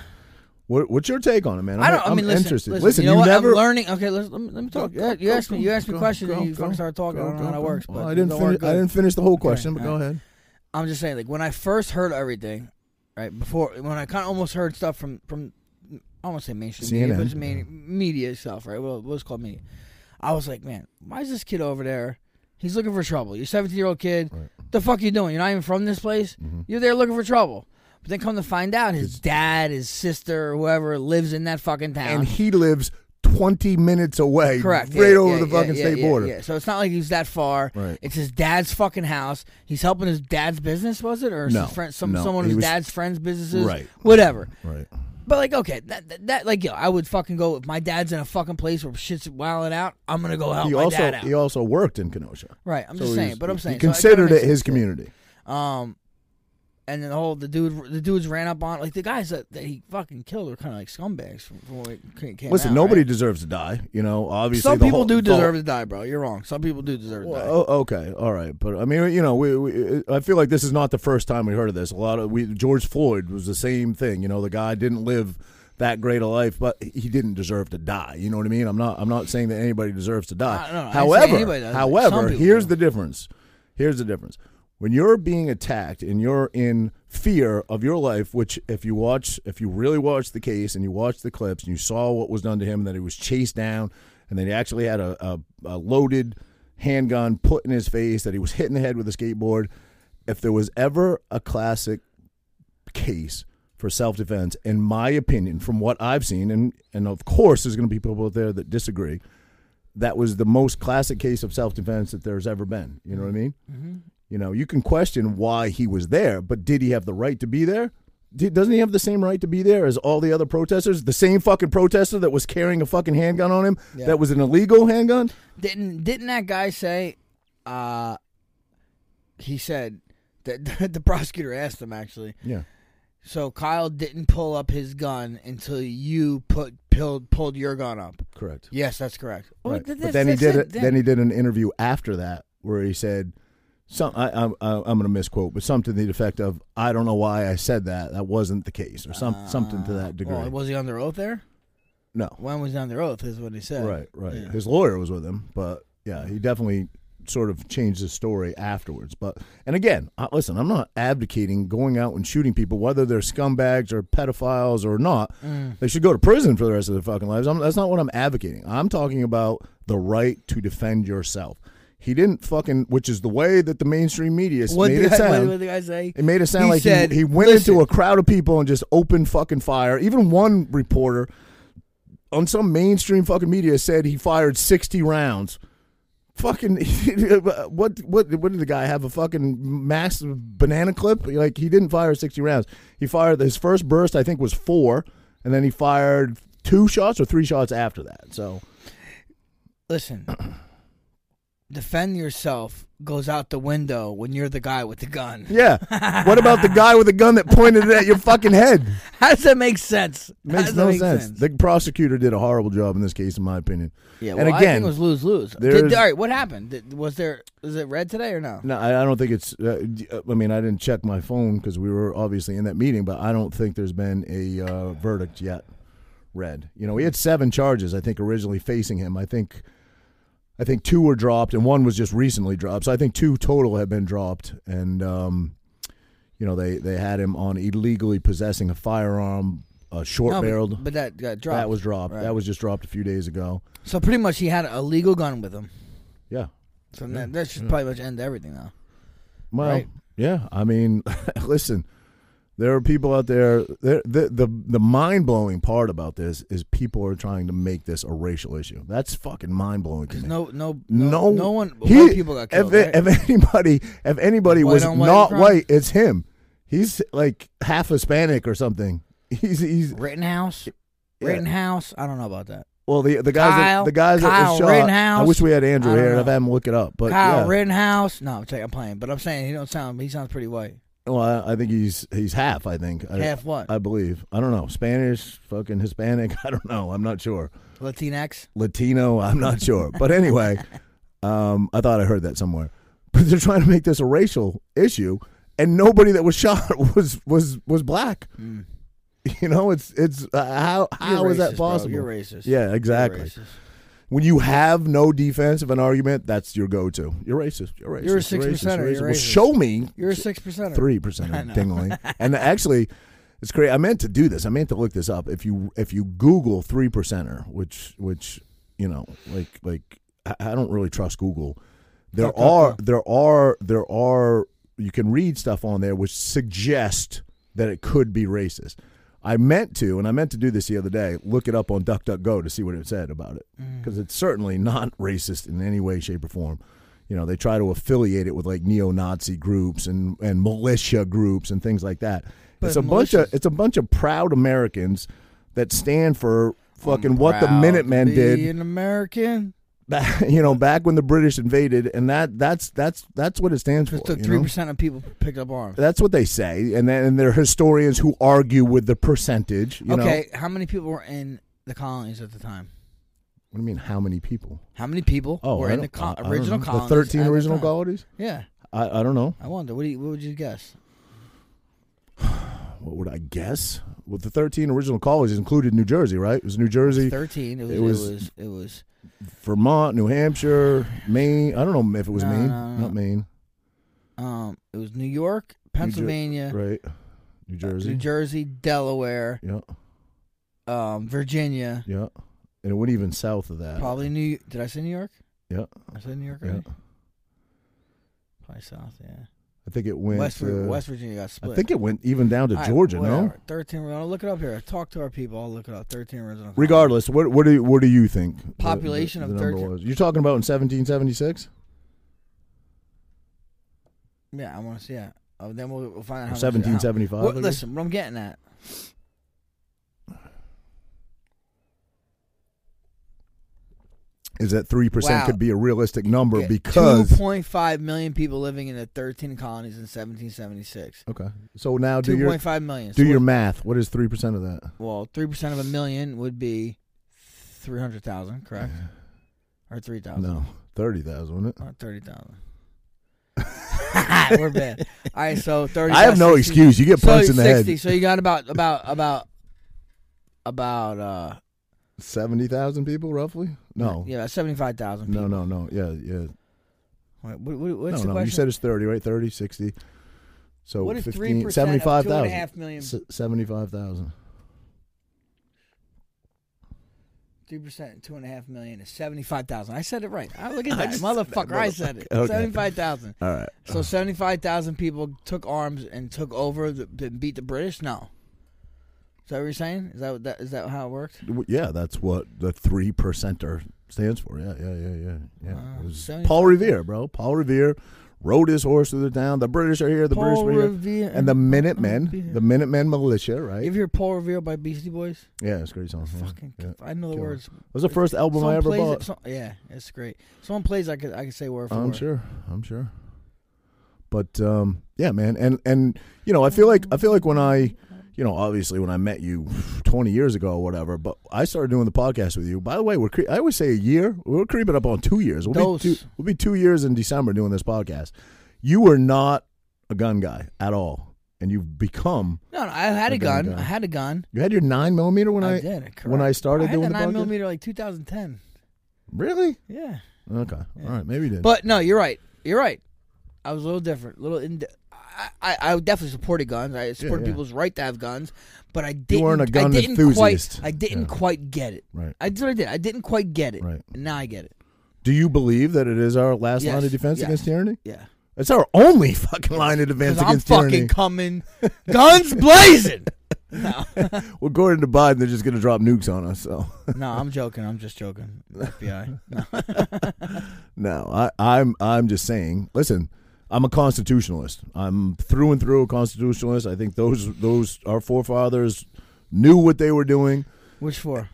What, what's your take on it, man? I'm, I don't. I I'm mean, listen, interested. Listen, you know you what? never I'm learning. Okay, let's, let me let me talk. Go, you go, asked me. go, You asked me go, questions, go, and you go, fucking started talking. go, I don't know go, how that go. works, but Well, I didn't don't finish. work I good. didn't finish the whole question, Okay, but go all right. ahead. I'm just saying, like when I first heard everything, right before when I kind of almost heard stuff from from I won't say mainstream media, but CNN. it's main, media itself, right? Well, what's called media. I was like, man, why is this kid over there? He's looking for trouble. You're 17 year old kid. The fuck you doing? You're not even from this place. You're there looking for trouble. But then come to find out, his dad, his sister, whoever lives in that fucking town, and he lives 20 minutes away, Correct. right yeah, over yeah, the yeah, fucking yeah, state yeah, border. Yeah. So it's not like he's that far. Right. It's his dad's fucking house. He's helping his dad's business, was it, or No, some friend, some no, someone he his was- dad's friend's businesses, Right. Whatever. Right. But like, okay, that, that, that- like, yo, I would fucking go if my dad's in a fucking place where shit's wilding out. I'm gonna go help He my also dad out. he also worked in Kenosha. right. I'm So just he saying. was- but I'm he saying so it kinda considered makes it his sense. community. Um, and then the whole the dude the dudes ran up on like the guys that, that he fucking killed were kind of like scumbags from, from what came came Listen, out, nobody right? deserves to die. You know, obviously Some the people whole- do the deserve to die, bro. You're wrong. Some people do deserve to die. Well, o- okay, all right, but I mean, you know, we, we I feel like this is not the first time we heard of this. A lot of we George Floyd was the same thing. You know, the guy didn't live that great a life, but he didn't deserve to die. You know what I mean? I'm not I'm not saying that anybody deserves to die. I- no, no, I didn't say however, anybody does, but some however, people here's do. the difference. Here's the difference. When you're being attacked and you're in fear of your life, which if you watch, if you really watch the case and you watch the clips and you saw what was done to him, that he was chased down, and then he actually had a, a, a loaded handgun put in his face, that he was hit in the head with a skateboard. If there was ever a classic case for self defense, in my opinion, from what I've seen, and, and of course there's going to be people out there that disagree, that was the most classic case of self defense that there's ever been. You know what I mean? Mm-hmm. You know, you can question why he was there, but did he have the right to be there? Did, doesn't he have the same right to be there as all the other protesters? The same fucking protester that was carrying a fucking handgun on him Yeah. that was an illegal handgun? Didn't didn't that guy say? Uh, he said that the prosecutor asked him actually. Yeah. So Kyle didn't pull up his gun until you put pulled pulled your gun up. Correct. Yes, that's correct. Well, Right. th- but that's- then he that's did it. Then he did an interview after that where he said, "Some I, I, I, I'm going to misquote, but something to the effect of, I don't know why I said that. That wasn't the case, or some, something to that degree. Uh, Well, was he under oath there? no, When was he under oath? Is what he said. right, right. Yeah. His lawyer was with him, but yeah, he definitely sort of changed his story afterwards. But and again, I, listen, I'm not abdicating going out and shooting people, whether they're scumbags or pedophiles or not. Mm. They should go to prison for the rest of their fucking lives. I'm, that's not what I'm advocating. I'm talking about the right to defend yourself. He didn't fucking, which is the way that the mainstream media What made did, it I, sound. what did the guy say? It made it sound He like said, he, he went "Listen." into a crowd of people and just opened fucking fire. Even one reporter on some mainstream fucking media said he fired 60 rounds. Fucking what what what did the guy have a fucking massive banana clip? Like he didn't fire 60 rounds. He fired his first burst I think was 4 and then he fired two shots or three shots after that. So Listen, defend yourself goes out the window when you're the guy with the gun. yeah. what about the guy with the gun that pointed it at your fucking head? How does that make sense? How Makes does that no make sense. The prosecutor did a horrible job in this case, in my opinion. yeah, and well, I again, think it was lose lose. there's- All right, what happened? Did, was there was it red today or no? no, I, I don't think it's. Uh, d- uh, I mean, I didn't check my phone because we were obviously in that meeting, but I don't think there's been a uh, verdict yet. Read, you know, he had seven charges. I think originally facing him. I think, I think two were dropped and one was just recently dropped. So I think two total have been dropped, and um, you know, they they had him on illegally possessing a firearm, a short No, barreled. but, but that got dropped. that was dropped. Right. That was just dropped a few days ago. so pretty much he had a legal gun with him. Yeah. So that, that should probably much end everything now. Well, Right? yeah. I mean, listen, there are people out there. there- The the the mind blowing part about this is people are trying to make this a racial issue. That's fucking mind blowing to Because me. no, no, no, no, one, he- white people got killed. If, right? if anybody, if anybody White was on white not crime. white, it's him. He's like half Hispanic or something. He's he's Rittenhouse, Yeah. Rittenhouse. I don't know about that. well the the guys Kyle- that, the guys that Kyle was shot. Rittenhouse. I wish we had Andrew I don't here. and I've know. had him look it up, but Kyle yeah. Rittenhouse. No, I'm, saying- I'm playing, but I'm saying he don't sound. He sounds pretty white. Well, I, I think he's he's half. I think I- Half what? I believe. I don't know. Spanish, fucking Hispanic. I don't know. I'm not sure. Latinx. Latino. I'm not sure. But anyway, um, I thought I heard that somewhere. But they're trying to make this a racial issue, and nobody that was shot was was was black. You know, it's it's uh, how You're how is Hmm. racist, that bro. possible? You're racist. Yeah, You're exactly. racist. when you have no defense of an argument, that's your go-to. You're racist. You're racist. You're a six percenter, racist, you're Well, racist. show me You're a six percent. three percent dingling. and actually, it's great. I meant to do this. I meant to look this up. If you if you Google three percenter, which which you know, like like I, I don't really trust Google. There are there are there are you can read stuff on there which suggest that it could be racist. I meant to, and I meant to do this the other day. Look it up on DuckDuckGo to see what it said about it, Mm. because it's certainly not racist in any way, shape, or form you know they try to affiliate it with like neo-nazi groups and and militia groups and things like that But it's a bunch of militias- it's a bunch of proud americans that stand for fucking what the Proud minutemen to did Be an American. back, you know back when the british invaded and that that's that's that's what it stands for Just took you three know? Uh, percent of people picked up arms. that's what they say and then and there are historians who argue with the percentage you know okay, how many people were in the colonies at the time? what do you mean how many people How many people oh were I in the don't- co- I- I don't original know. colonies? the 13 at original time? colonies Yeah, I, I don't know I wonder. What, do you, what would you guess? what would i guess well the 13 original colonies included new jersey right it was new jersey Thirteen. It was. it It was- was. It was. It was Vermont, New Hampshire, Maine. I don't know if it was No, Maine, no, no. not Maine, um. It was New York, Pennsylvania, right? New Jersey. Uh, New Jersey, Delaware, Yeah, um, Virginia. yeah. And it went even south of that. Probably New. Did I say New York? Yeah. I said New York. Yeah. Right? Probably South. Yeah. I think it went. West, Vir- uh, West Virginia got split. I think it went even down to All right, Georgia. No. whatever. Thirteen. We're gonna look it up here. Talk to our people. I'll look it up. Thirteen original. Regardless, what what do you, what do you think? the- Population the, of the number 13 was? You're talking about in 1776 Yeah, I want to see it. Oh, then we'll, we'll find or out. How much- how- 1775? What- I guess? listen, what I'm getting at. is that three percent Wow. could be a realistic number Yeah, because 2.5 million people living in the 13 colonies in 1776. okay. So now do your 2.5 million. do So your what- math. What is three percent of that? well, three percent of a million would be 300,000, correct? Or 3,000? No, thirty thousand, wasn't it? Or 30,000. We're bad. All right, so 30. I have no 60 excuse. You get So punched in the 60, head. So you got about about about about uh Seventy thousand people, roughly. No, yeah, 75,000 people. no, no, no. Yeah, yeah. Wait, what, what, what's no, the no. question? You said it's thirty, right? 30, 60. So What is 15, 3% 75,000. of 2.5 million? S- 75,000. 3%, 2.5 million is 75,000. I said it right. I, look at that. Motherfucker, I said it. Okay. 75,000. All right. So 75,000 people took arms and took over the, and beat the British? No. Is that what you're saying? Is that, what that is that how it worked? W- Yeah, that's what the three percenter stands for. Yeah, yeah, yeah, yeah, yeah. Wow. It was 75,000. Paul Revere, bro. Paul Revere rode his horse through the town. The British are here. The British Paul are here. Revere And the Revere. Minutemen, the Minutemen militia, You right? ever hear Paul Revere by Beastie Boys? Yeah, it's a great song. yeah, Fucking, Mm-hmm. yeah. It I know the Killer. words. was the first album I Someone ever plays bought. it- some- yeah, it's great. Someone plays, I could I could say word for I'm word. sure. I'm sure. But um, yeah, man, and and you know, I feel like I feel like when I, you know, obviously when I met you, 20 years ago or whatever. But I started doing the podcast with you. By the way, we're cre- I always say a year. We're creeping up on two years. We'll Dose. be two, we'll be two years in December doing this podcast. You were not a gun guy at all, and you've become. No, no, I had A a gun gun. guy. I had a gun. You had your nine millimeter when I, I, did. Correct. when I started I had doing the the nine podcast? millimeter like 2010. really Yeah. okay. All right, maybe you did. But no, you're right. You're right. I was a little different. Little in. I, I, I definitely supported guns. I supported yeah. people's right to have guns, but I didn't. weren't a gun I didn't enthusiast. Quite, I didn't Yeah. quite get it. Right. I did. I did. I didn't quite get it. Right. And now I get it. do you believe that it is our last Yes, line of defense yes. against tyranny? Yeah. It's our only fucking line of defense Because I'm against fucking tyranny. coming, guns blazing. No, We're going to Biden. They're just going to drop nukes on us. So no, I'm joking. I'm just joking. FBI. No. no, I, I'm I'm just saying. Listen, I'm a constitutionalist. I'm through and through a constitutionalist. I think those those our forefathers knew what they were doing. Which for?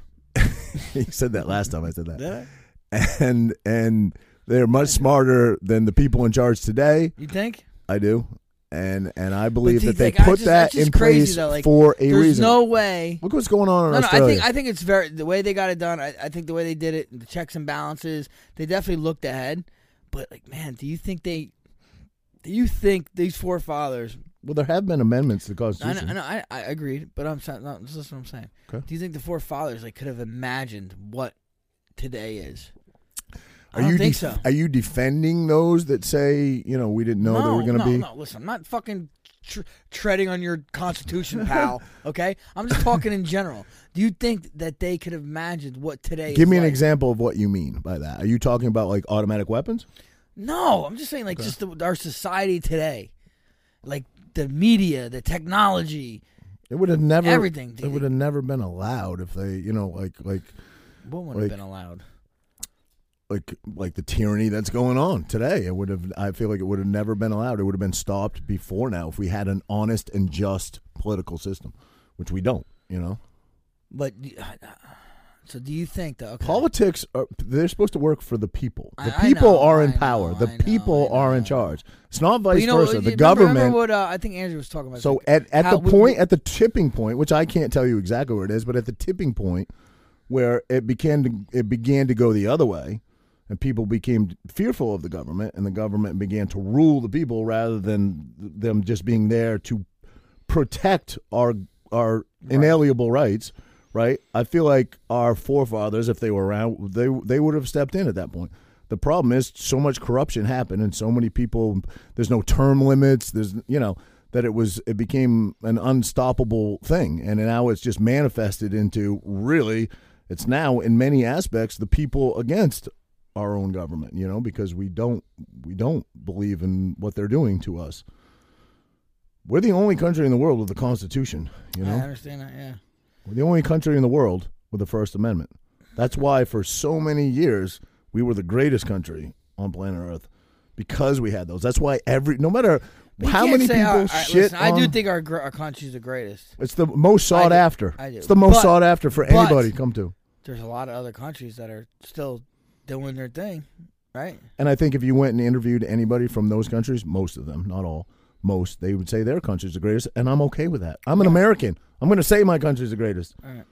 he said that last time I said that, and and they're much smarter than the people in charge today. You think? I do, and and I believe see, that they like, I put just- that that's just in crazy, place though, like, for a There's reason. no way. Look what's going on in No, no, I Australia. think I think it's very the way they got it done. I, I think the way they did it, the checks and balances, they definitely looked ahead. But like, man, do you think they? Do you think these forefathers? well, there have been amendments to the I know, Constitution. I, know, I, I agreed, but I'm saying, no, this is what I'm saying. Okay. Do you think the forefathers like could have imagined what today is. I Are don't you think def- so. are you defending those that say you know we didn't know they were going to no, be? No, listen, I'm not fucking tr- treading on your constitution, pal. Okay, I'm just talking in general. Do you think that they could have imagined what today? Give is me an like? example of what you mean by that. Are you talking about like automatic weapons? No, I'm just saying, like, just the, our society today, like the media, the technology. It would have never Everything, It dude. would have never been allowed if they, you know, like like What would have Like- been allowed? like like the tyranny that's going on today. It would have. I feel like it would have never been allowed. It would have been stopped before now if we had an honest and just political system, which we don't. You know, But so, do you think that okay, politics are they're supposed to work for the people. The I- I people know, are in I know, power. the I know, people I are in know. charge. It's not But vice you know, versa. remember- The government. Remember what uh, I think Andrew was talking about. So Like, at, at how- the we- point at the tipping point, which I can't tell you exactly where it is, but at the tipping point where it began to, it began to go the other way, and people became fearful of the government, and the government began to rule the people rather than them just being there to protect our our inalienable rights. Right, I feel like our forefathers, if they were around, they they would have stepped in at that point. The problem is so much corruption happened, and so many people. There's no term limits. There's you know that it was it became an unstoppable thing, and now it's just manifested into really. It's now in many aspects the people against our own government, you know, because we don't we don't believe in what they're doing to us. We're the only country in the world with a constitution, you I know. understand that. Yeah. We're the only country in the world with the First Amendment. That's why for so many years we were the greatest country on planet Earth because we had those. That's why every no matter But you how can't many say, people all right, all right, shit listen, I do on- think our gr- our country's the greatest. it's the most I sought do. after. I do. It's the most But- sought after for but- anybody to come to. There's a lot of other countries that are still doing their thing, right? And I think if you went and interviewed anybody from those countries, most of them, not all, most, they would say their country's the greatest. And I'm okay with that. I'm an American. I'm going to say my country's the greatest. All right.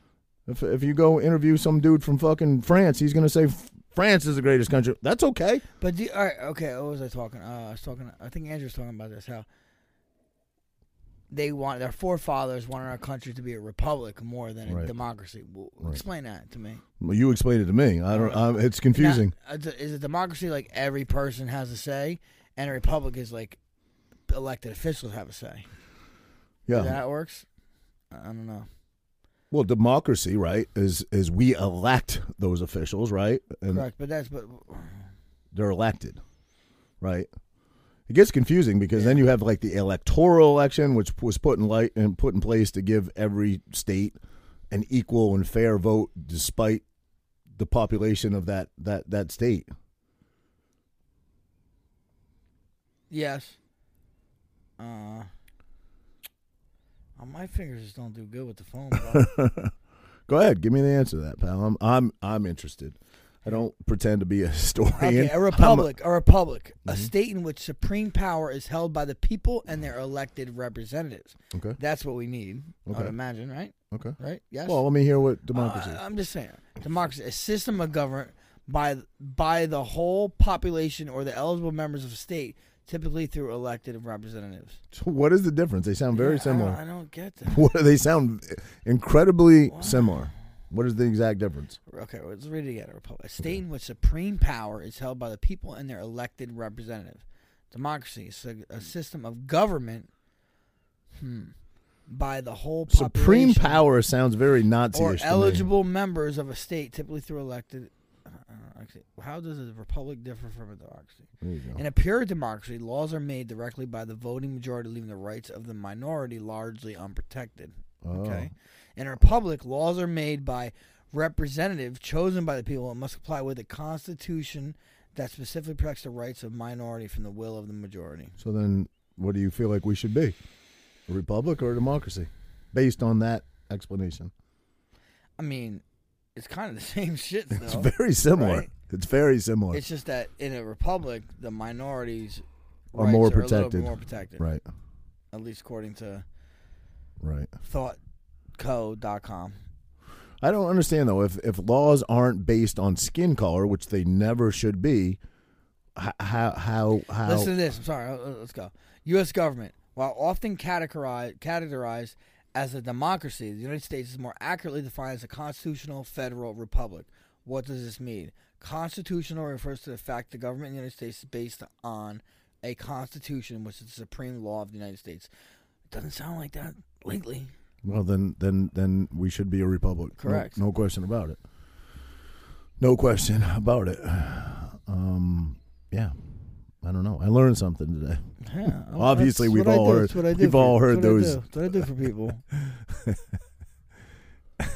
If, if you go interview some dude from fucking France, he's going to say France is the greatest country. That's okay. But do, all right, okay. What was I talking? Uh, I was talking. I think Andrew's talking about this. How they want their forefathers wanted our country to be a republic more than a Right. democracy. Well, Right. Explain that to me. Well, you explained it to me. I don't. i it's confusing. Now, uh, is a democracy like every person has a say, and a republic is like elected officials have a say? yeah. Is that how it works? I I don't know. Well, democracy, right, is is we elect those officials, right, and Correct, but that's but they're elected, right? It gets confusing because then you have like the electoral election, which was put in light and put in place to give every state an equal and fair vote, despite the population of that that that state. yes. Uh, oh, my fingers just don't do good with the phone. bro. Go ahead, give me the answer to that, pal. I'm I'm I'm interested. I don't pretend to be a Mm-hmm. historian. Okay, a republic, a, republic, a state in which supreme power is held by the people and their elected representatives. I'm a- okay, That's what we need. I would Okay. imagine, right? okay. Right? Yes. Well, let me hear what Uh, democracy. is. I'm just saying, democracy, a system of government by by the whole population or the eligible members of a state, typically through elected representatives. So what is the difference? They sound very Yeah, I don't- similar. I don't, get that. What they sound incredibly similar. What is the exact difference? Okay, let's read it again. A republic, a state in which supreme power is held by the people and their elected representatives. Democracy is a, Hmm. a system of government hmm, by the whole Supreme population power sounds very or Nazi-ish. to me. eligible members of a state, typically through elected. I don't know, actually, How does a republic differ from a democracy? There you go. In a pure democracy, laws are made directly by the voting majority, leaving the rights of the minority largely unprotected. Oh. Okay. In a republic, laws are made by representative chosen by the people and must comply with a constitution that specifically protects the rights of minority from the will of the majority. So then, what do you feel like we should be? A republic or a democracy? Based on that explanation, I mean, it's kind of the same shit it's though. very similar. right. It's very similar, It's just that in a republic, the minorities Are rights more a little bit protected. more protected, right? At least according to Right. ThoughtCo.com. I don't understand though. If if laws aren't based on skin color, which they never should be, h- how how how? Listen to this. I'm sorry. Uh, uh, Let's go. U.S. government, while often categorized, categorized as a democracy, the United States is more accurately defined as a constitutional federal republic, What does this mean? Constitutional refers to the fact the government of the United States is based on a constitution, which is the supreme law of the United States. It doesn't sound like that lately. Well, then, then, then we should be a republic. No- Correct. No, question about it. No question about it. Um, yeah, I don't know. I learned something today. Yeah, well, Obviously, that's we've what I all do. heard- That's what I do we've for- all heard that's what I those- do. That's what I do for people.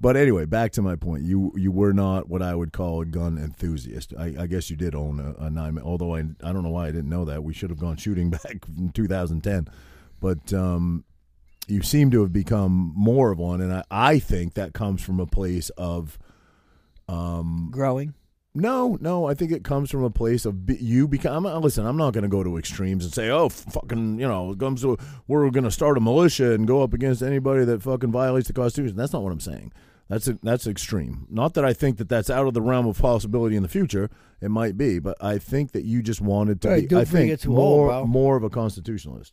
But anyway, back to my point. You you were not what I would call a gun enthusiast. I, I guess you did own a, a nine. Although I I don't know why I didn't know that. We should have gone shooting back in 2010. But um, you seem to have become more of one, and I, I think that comes from a place of um, Growing. no, no. I think it comes from a place of be, you become. I'm- Listen, I'm not going to go to extremes and say, oh, f- fucking, you know, it comes to we're going to start a militia and go up against anybody that fucking violates the Constitution. That's not what I'm saying. That's a, that's extreme. Not that I think that that's out of the realm of possibility in the future. It might be, but I think that you just wanted to Hey, be. don't I think forget to more all, bro. more of a constitutionalist.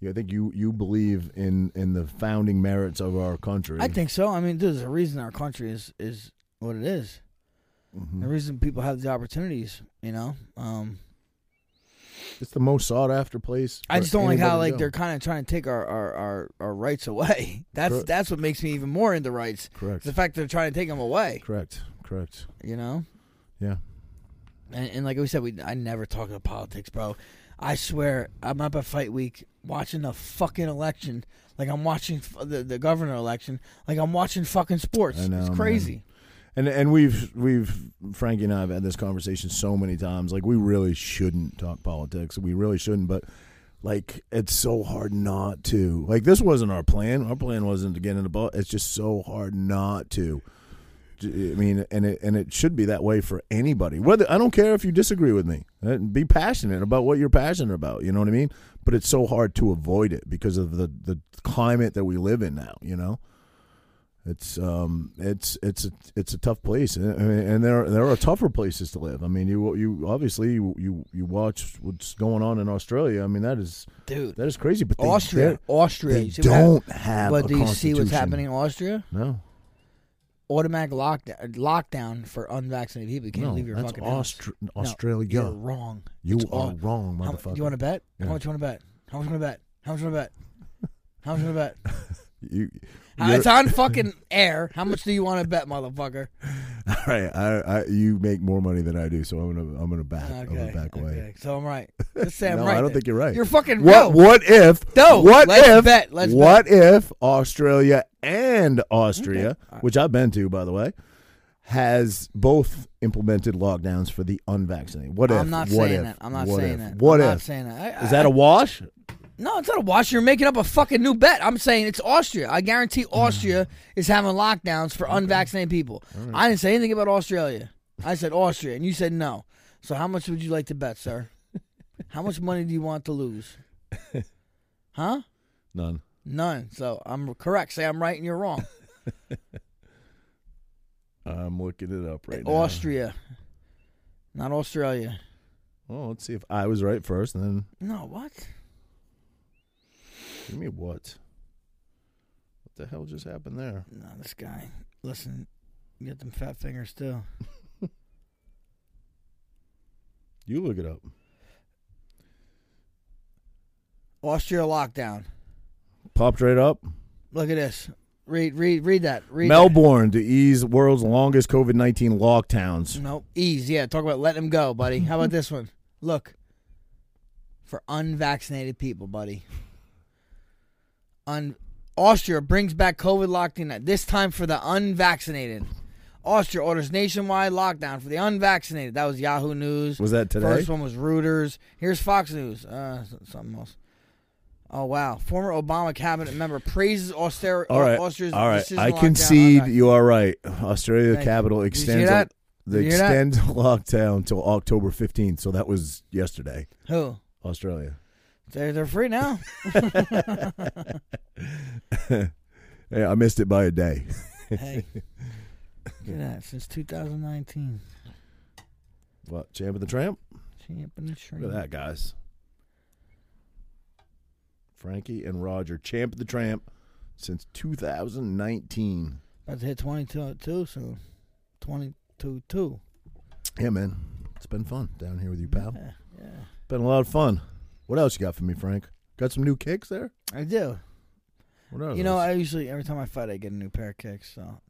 Yeah, I think you you believe in in the founding merits of our country. I think so. I mean, there's a reason our country is is what it is. The Mhm. reason people have the opportunities, you know. Um, it's the most sought after place. I for just don't like anybody how to like go. they're kind of trying to take our, our, our, our rights away. That's Correct. that's what makes me even more into rights. It's correct, the fact they're trying to take them away. correct, correct. You know. Yeah. And, and like we said, we I never talk about politics, bro. I swear, I'm up at fight week watching the fucking election, like I'm watching f- the the governor election, like I'm watching fucking sports. I know, it's man. crazy. And and we've we've Frankie and I have had this conversation so many times. Like we really shouldn't talk politics. We really shouldn't. But like it's so hard not to. Like this wasn't our plan. Our plan wasn't to get into politics. It's just so hard not to. J- I mean, and it and it should be that way for anybody. Whether I don't care if you disagree with me, Uh, be passionate about what you're passionate about. You know what I mean? But it's so hard to avoid it because of the the climate that we live in now. You know. It's um, it's it's a it's a tough place, and, and there there are tougher places to live. I mean, you you obviously you, you you watch what's going on in Australia. I mean, that is Dude, that is crazy. But they, Austria, they, Austria. they you see what hap- don't have. But a do you see what's constitution. happening in Austria? No, Automatic lockdown, lockdown for unvaccinated people. You can't no, leave your that's fucking house. Austra- Australia. You're wrong. you it's are all- wrong, How, motherfucker. you want to bet? Yeah. How much you want to bet? How much you want to bet? How much you want to bet? How much you want to bet? You- Uh, you're- it's on fucking air. How much do you want to bet, motherfucker? all right, I, I, you make more money than I do, so I'm gonna I'm gonna back I'm Okay. gonna back away. okay. So I'm right. Just say I'm no, right. I don't then. think you're right. You're fucking What? no. What if? No, What let's if? bet, let's what if Australia and Austria, which I've been to, by the way, has both implemented lockdowns for the unvaccinated? What if? I'm not what saying if, that. I'm not what saying if, that. What I'm if? Not saying that. I, Is that I- a wash? No, it's not a wash. You're making up a fucking new bet. I'm saying it's Austria. I guarantee Mm. Austria is having lockdowns for unvaccinated people. I didn't say anything about Australia. I said Austria, and you said no. So how much would you like to bet, sir? how much money do you want to lose? Huh? None. None. So I'm correct. Say I'm right and you're wrong. I'm looking it up right now. Austria, not Australia. Well, let's see if I was right first, and then No, what? give me what? What the hell just happened there? No, this guy. Listen, you got them fat fingers too. You look it up. Austria lockdown. Popped right up. Look at this. Read, read, read that. Read that. Melbourne to ease world's longest COVID 19 lockdowns. Nope. Ease. Yeah. Talk about letting them go, buddy. How about this one? Look. For unvaccinated people, buddy. Un- Austria brings back COVID lockdown, this time for the unvaccinated. Austria orders nationwide lockdown for the unvaccinated. That was Yahoo News. Was that today? First one was Reuters. Here's Fox News. Uh, s- something else. Oh wow! Former Obama cabinet member praises Austria. All right. Austria's All right. decision I lockdown. concede Okay. you are right. Australia Thank you. capital Did you see extends that? the Did you hear that? extend lockdown till October 15th. So that was yesterday. Who? Australia. They're they're free now. Yeah, I missed it by a day. Hey. Look at that. Since 2019. What? Champ of the Tramp? Champ and the Shrimp. Look at that, guys. Frankie and Roger, Champ of the Tramp since 2019. About to hit 22 too soon. 22 2. Yeah, man. It's been fun down here with you, pal. Yeah, yeah. Been a lot of fun. What else you got for me, Frank? Got some new kicks there? I do. What are You know, those? I usually, every time I fight, I get a new pair of kicks. So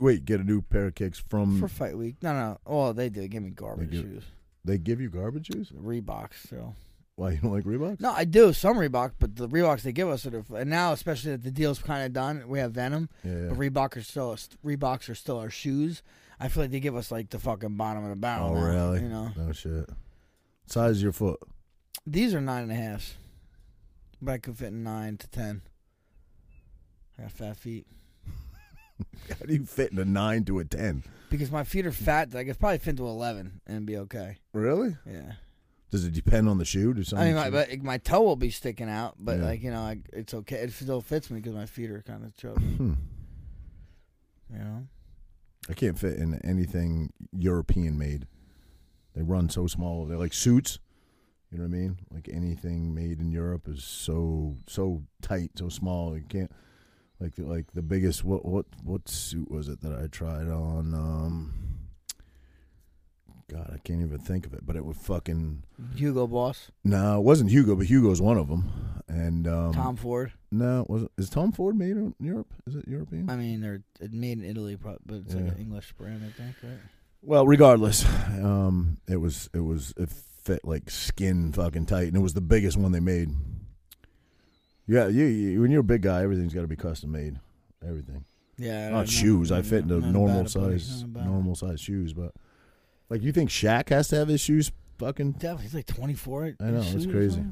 wait, get a new pair of kicks from. for fight week. No, no. Oh, they do. They give me garbage do. Mm. shoes. they give you garbage shoes? Reeboks. So Why you don't like Reeboks? no, I do some Reebok, but the Reeboks they give us sort of, and now especially that the deal's kind of done, we have Venom. Yeah. But Reebok are still Reeboks are still our shoes. I feel like they give us like the fucking bottom of the barrel. Oh, now, really? You know, No shit. Size of your foot. these are nine and a halfs, but I could fit in nine to ten. I got fat feet How do you fit in a nine to a ten? because my feet are fat. that I could probably fit into eleven and be okay. Really? Yeah. Does it depend on the shoe? Do some I mean, my, but my toe will be sticking out, but Yeah. like you know, I, it's okay. It still fits me because my feet are kind of choked. Hmm. You know, I can't fit in anything European made. They run so small. They're like suits. You know what I mean? Like anything made in Europe is so so tight, so small. You can't like the, like the biggest what what what suit was it that I tried on? Um, God, I can't even think of it. But it was fucking Hugo Boss, no. It wasn't Hugo, but Hugo's one of them. And um, Tom Ford. No, was it, is Tom Ford made in Europe? Is it European? I mean, they're it made in Italy, prob- but it's like Yeah. an English brand, I think. Right? Well, regardless, um, it was it was it fit like skin fucking tight, and it was the biggest one they made. Yeah, you, you when you're a big guy, everything's got to be custom made. Everything, Yeah, I not don't know. Oh, shoes. I fit I'm into not- I'm not normal about it, buddy. size Not about it. normal size shoes, but like you think Shaq has to have his shoes fucking? Definitely, he's like twenty four. I know, it's crazy.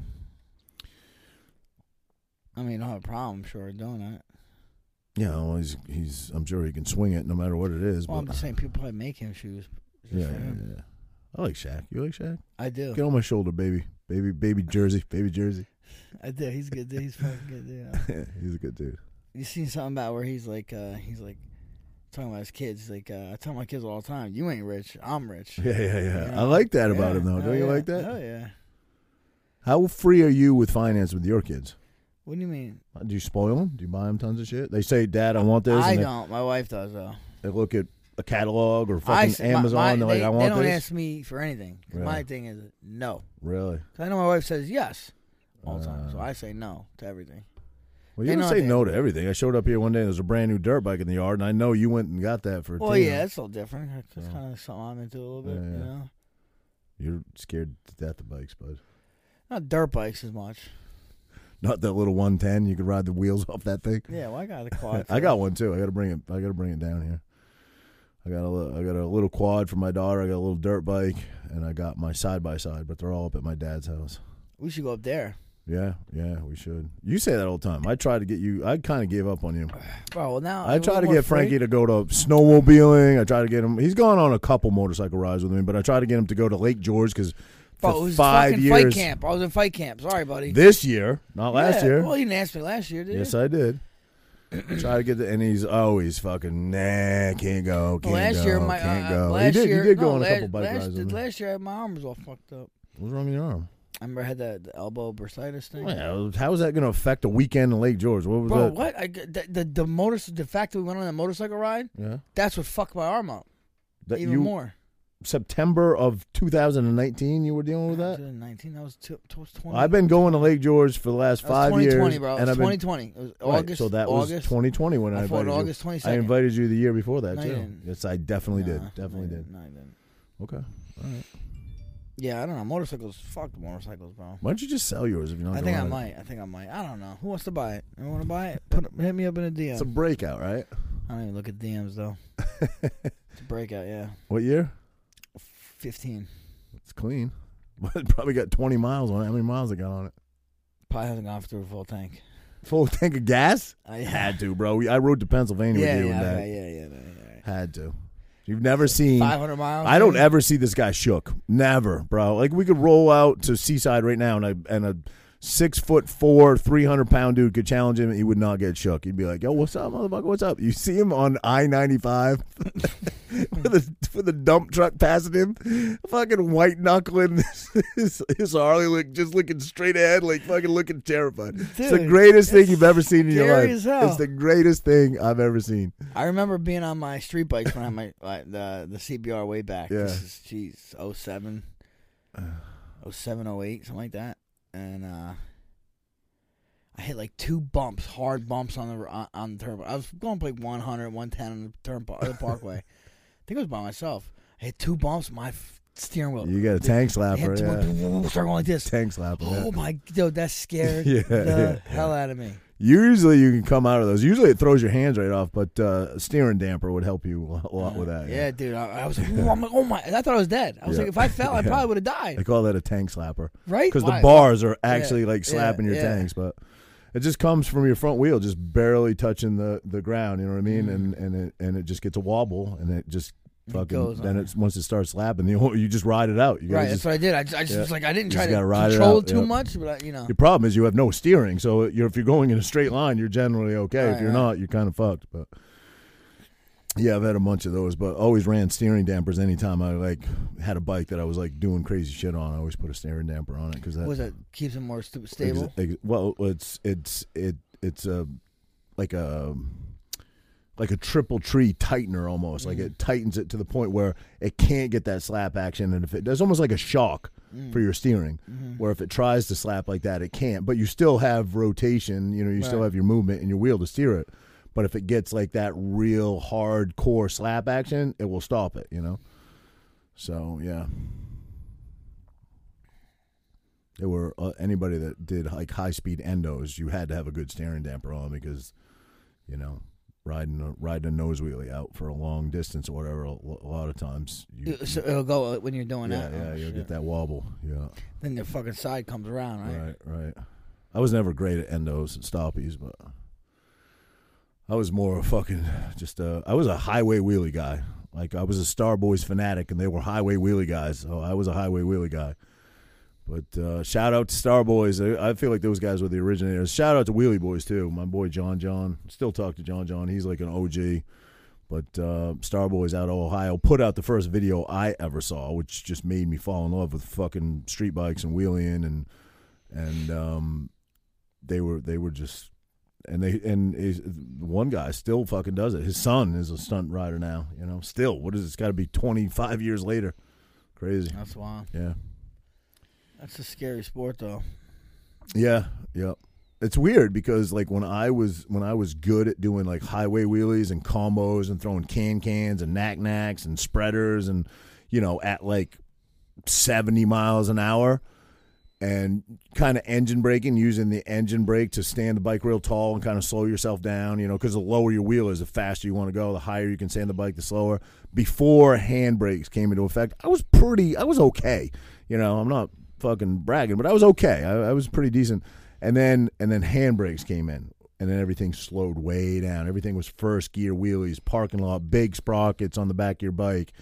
I mean, I don't have a problem, sure, doing it. Yeah, well, he's he's. I'm sure he can swing it no matter what it is. Well, I'm but just saying, people probably make him shoes. just yeah, for yeah, him. yeah. I like Shaq. You like Shaq? I do. Get on my shoulder, baby, baby, baby jersey, baby jersey. I do. He's a good. Dude. He's fucking good. Dude. he's a good dude. You seen something about where he's like, uh, he's like talking about his kids. He's like, uh, I tell my kids all the time, you ain't rich, I'm rich. Yeah, yeah, yeah. Yeah. I like that about Yeah. him, though. Oh, Don't you yeah. like that? Oh yeah. How free are you with finance with your kids? Uh, What do you mean? Do you spoil them? Do you buy them tons of shit? They say, "Dad, I want this." I and they, don't. My wife does though. they look at a catalog or I fucking s- my- Amazon. my- they're like, they, "I they want don't this." ask me for anything. 'Cause My Really? thing is no. Really? 'Cause I know my wife says yes all the time, so Uh, I say no to everything. Well, they you don't know say they- no to everything. I showed up here one day. and There's a brand new dirt bike in the yard, and I know you went and got that for. Well, Tina. yeah, it's a little different. That's So. kind of something I'm into a little bit. Yeah, yeah. You know, You're scared to death of bikes, bud. not dirt bikes as much. Not that little 110. You could ride the wheels off that thing. Yeah, well, I got a quad. I got one too. I gotta bring it. I gotta bring it down here. I got a little, I got a little quad for my daughter. I got a little dirt bike, and I got my side by side. But they're all up at my dad's house. We should go up there. Yeah, yeah, we should. You say that all the time. I try to get you. I kind of gave up on you. Bro, well now I we're try to more get free. Frankie to go to snowmobiling. I try to get him. He's gone on a couple motorcycle rides with me, but I try to get him to go to Lake George because Bro, for it was five fucking years fight camp. I was in fight camp. Sorry, buddy. this year, not last Yeah. year. Well, you didn't ask me last year, did you? Yes, I did. Try to get the, and he's always fucking nah, can't go, can't Well, last go, year, my can't uh, go. last he did, year, he did go no, on a last, couple bike last, rides. with me. Last year, my arm was all fucked up. What's wrong with your arm? I remember I had that the elbow bursitis thing. Well, how is that going to affect a weekend in Lake George? What was Bro, that? what? I, the, the the motor the fact that we went on that motorcycle ride, Yeah, that's what fucked my arm up that even you more. September of 2019, you were dealing with that. 2019. That was, two, that was 20. I've been going to Lake George for the last that was five 2020, years, bro. It and was I've been 2020. It was right, August. so that was August. 2020 when I, I fought invited August you. 22nd. I invited you the year before that No, you too. didn't. Yes, I definitely did. Nah, Definitely no, you did. No, I didn't. Okay. Yeah, I don't know. Motorcycles, fuck motorcycles, bro. Why don't you just sell yours if you're not? I think I going to- might. I think I might. I don't know. Who wants to buy it? You want to buy it? Put hit me up in a DM. It's a breakout, right? I don't even look at DMs though. it's a breakout, yeah. What year? Fifteen. It's clean. But it probably got 20 miles on it. How many miles it got on it? Probably hasn't gone through a full tank. Full tank of gas? I Had to, bro. We- I rode to Pennsylvania yeah, yeah, with you and that. okay, yeah, yeah, yeah, Had to. You've never seen. Five hundred miles. I don't maybe? ever see this guy shook. Never, bro. Like we could roll out to Seaside right now, and a and a six foot four, three hundred pound dude could challenge him, and he would not get shook. He'd be like, "Yo, what's up, motherfucker? What's up?" You see him on I ninety five, with the with the dump truck passing him, fucking white knuckling his, his Harley, look just looking straight ahead, like fucking looking terrified. it's the Dude, greatest thing it's you've ever seen in your scary life. as hell. It's the greatest thing I've ever seen. I remember being on my street bikes when I my like, the the CBR way back. Yeah. This is oh jeez 07, 07, 08, something like that. And uh I hit like two bumps, hard bumps on the on- on the turnpike. I was going like 100, 110 on the turnpike, the parkway. I think it was by myself. I hit two bumps, my f- steering wheel. You got a tank slapper, yeah. yeah. Start going like this. Tank slapper. yeah. Oh my dude, that scared Yeah, the yeah, hell out of me. Usually you can come out of those. Usually it throws your hands right off, but uh, a steering damper would help you a lot with that. Yeah, dude. I, I was like, "Whoa," I'm like, oh my! I thought I was dead. I was Yeah. like, if I fell, I Yeah. probably would have They died. call that a tank slapper. Right? Because the Why? bars are actually like yeah, slapping your yeah. tanks, but it just comes from your front wheel, just barely touching the, the ground. You know what I mean? And and it and it just gets a wobble, and it just It fucking. goes then on. it's once it starts slapping, you you just ride it out. You gotta Right. just- that's what I did. I, ju- I just yeah. was like, I didn't You try just to gotta ride it control out, too yeah. much, but I, you know, your problem is you have no steering, so you're, if you're going in a straight line, you're generally okay. if Right, you're right. not, you're kind of fucked. But yeah, I've had a bunch of those, but always ran steering dampers anytime I like had a bike that I was like doing crazy shit on. I always put a steering damper on it because that was it keeps it more stu- ex- stable? ex- well, it's it's it it's a like a like a triple tree tightener almost. Like Mm. it tightens it to the point where it can't get that slap action, and if it it's almost like a shock Mm. for your steering, Mm-hmm. where if it tries to slap like that, it can't. But you still have rotation. You know, you still Right. have your movement and your wheel to steer it. But if it gets like that real hardcore slap action, it will stop it. You know. So yeah. There were uh, anybody that did like high speed endos, you had to have a good steering damper on because, you know, riding a, riding a nose wheelie out for a long distance or whatever. A, lo- a lot of times, you, It- So it'll go uh, when you're doing yeah, that. yeah, Oh, you'll shit. get that wobble. Yeah, Then the fucking side comes around, right? right, right. I was never great at endos and stoppies, but I was more a fucking just a. I was a highway wheelie guy. Like I was a Starboys fanatic, and they were highway wheelie guys. So I was a highway wheelie guy. But uh, shout out to Starboys. I, I feel like those guys were the originators. Shout out to Wheelie Boys too. My boy John John. Still talk to John John. He's like an OG. But uh, Starboys out of Ohio put out the first video I ever saw, which just made me fall in love with fucking street bikes and wheeling and and um, they were they were just and they and is, one guy still fucking does it. His son is a stunt rider now. You know, still what is it? has got to be twenty five years later. Crazy. That's wild. Yeah. That's a scary sport, though. Yeah, yeah. It's weird because like when I was when I was good at doing like highway wheelies and combos and throwing can cans and knack knacks and spreaders and you know at like seventy miles an hour and kind of engine braking using the engine brake to stand the bike real tall and kind of slow yourself down you know because the lower your wheel is the faster you want to go the higher you can stand the bike the slower before hand brakes came into effect i was pretty i was okay you know i'm not fucking bragging but i was okay i, I was pretty decent and then and then handbrakes came in and then everything slowed way down everything was first gear wheelies parking lot big sprockets on the back of your bike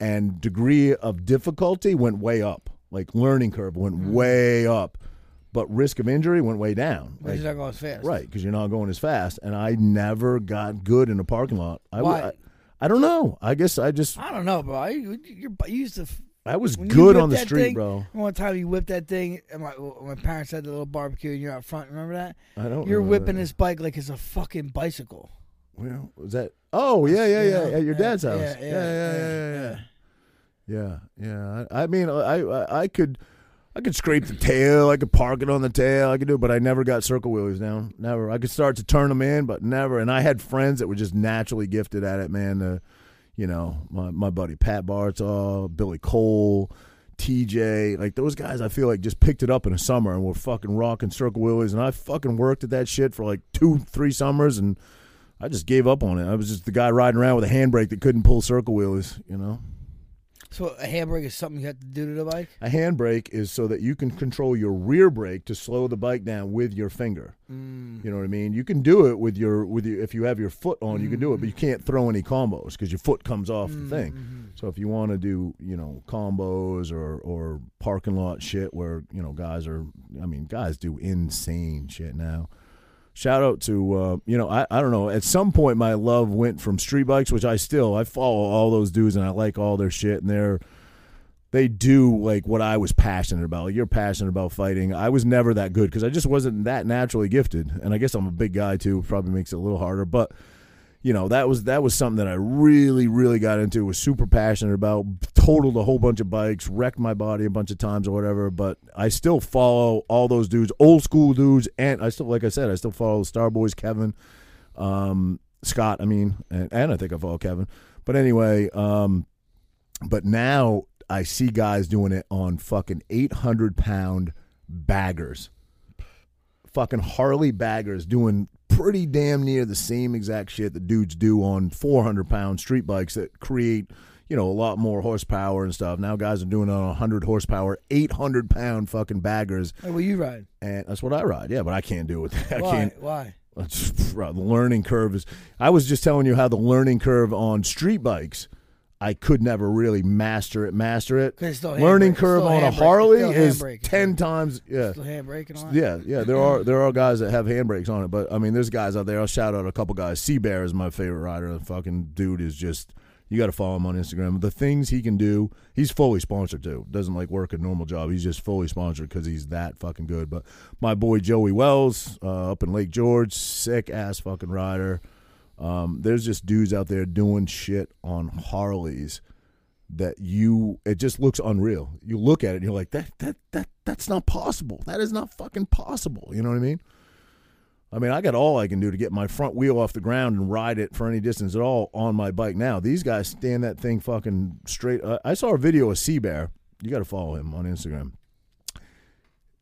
and degree of difficulty went way up. Like learning curve went Mm-hmm. way up, but risk of injury went way down. Because Like, you're not going as fast. right, because you're not going as fast. And I never got good in a parking lot. I, w- Why? I, I don't know. I guess I just I don't know, bro. I, you, you're, you used to. f- I was When you good whip on the that street, thing- bro. One time you whipped that thing, and my, my parents had the little barbecue, and you're out front. Remember that? I don't. You're remember whipping that. this bike like it's a fucking bicycle. Well, was that? Oh yeah, yeah, yeah. Yeah, At your yeah, dad's house. yeah, yeah, yeah, yeah, yeah. yeah, yeah, yeah. Yeah, yeah. I, I mean, I, I I could I could scrape the tail. I could park it on the tail. I could do, it, but I never got circle wheelies down. Never. I could start to turn them in, but never. And I had friends that were just naturally gifted at it, man. Uh, you know, my my buddy Pat Bartaw, Billy Cole. TJ, like those guys, I feel like just picked it up in a summer and were fucking rocking circle wheelies, and I fucking worked at that shit for like two, three summers, and I just gave up on it. I was just the guy riding around with a handbrake that couldn't pull circle wheelies, you know. So a handbrake is something you have to do to the bike. A handbrake is so that you can control your rear brake to slow the bike down with your finger. You know what I mean? You can do it with your with your, if you have your foot on, you can do it, but you can't throw any combos because your foot comes off the thing. So if you want to do you know combos or or parking lot shit where you know guys are, I mean guys do insane shit now. shout out to uh, you know I, I don't know at some point my love went from street bikes which i still i follow all those dudes and i like all their shit and they're they do like what i was passionate about like, you're passionate about fighting i was never that good because i just wasn't that naturally gifted and i guess i'm a big guy too probably makes it a little harder but you know that was that was something that i really really got into was super passionate about totaled a whole bunch of bikes wrecked my body a bunch of times or whatever but i still follow all those dudes old school dudes and i still like i said i still follow the star boys kevin um, scott i mean and, and i think i follow kevin but anyway um, but now i see guys doing it on fucking 800 pound baggers fucking Harley baggers doing pretty damn near the same exact shit that dudes do on 400 pound street bikes that create, you know, a lot more horsepower and stuff. Now guys are doing it on 100 horsepower, 800 pound fucking baggers. Hey, will you ride? And that's what I ride. Yeah, but I can't do it. I Why? can't. Why? That's- bro, the learning curve is. I was just telling you how the learning curve on street bikes. I could never really master it. Master it. 'Cause it's still handbrake, Learning it's curve still on handbrake, a it's Harley still is handbrake. ten times. Yeah, Still handbrake and all that? yeah, yeah. There are there are guys that have handbrakes on it, but I mean, there's guys out there. I'll shout out a couple guys. Sea Bear is my favorite rider. The fucking dude is just you got to follow him on Instagram. The things he can do, he's fully sponsored too. Doesn't like work a normal job. He's just fully sponsored because he's that fucking good. But my boy Joey Wells uh, up in Lake George, sick ass fucking rider. Um, there's just dudes out there doing shit on Harleys that you it just looks unreal. You look at it and you're like that that that that's not possible. That is not fucking possible. You know what I mean? I mean, I got all I can do to get my front wheel off the ground and ride it for any distance at all on my bike now. These guys stand that thing fucking straight. Uh, I saw a video of Sea Bear. You got to follow him on Instagram.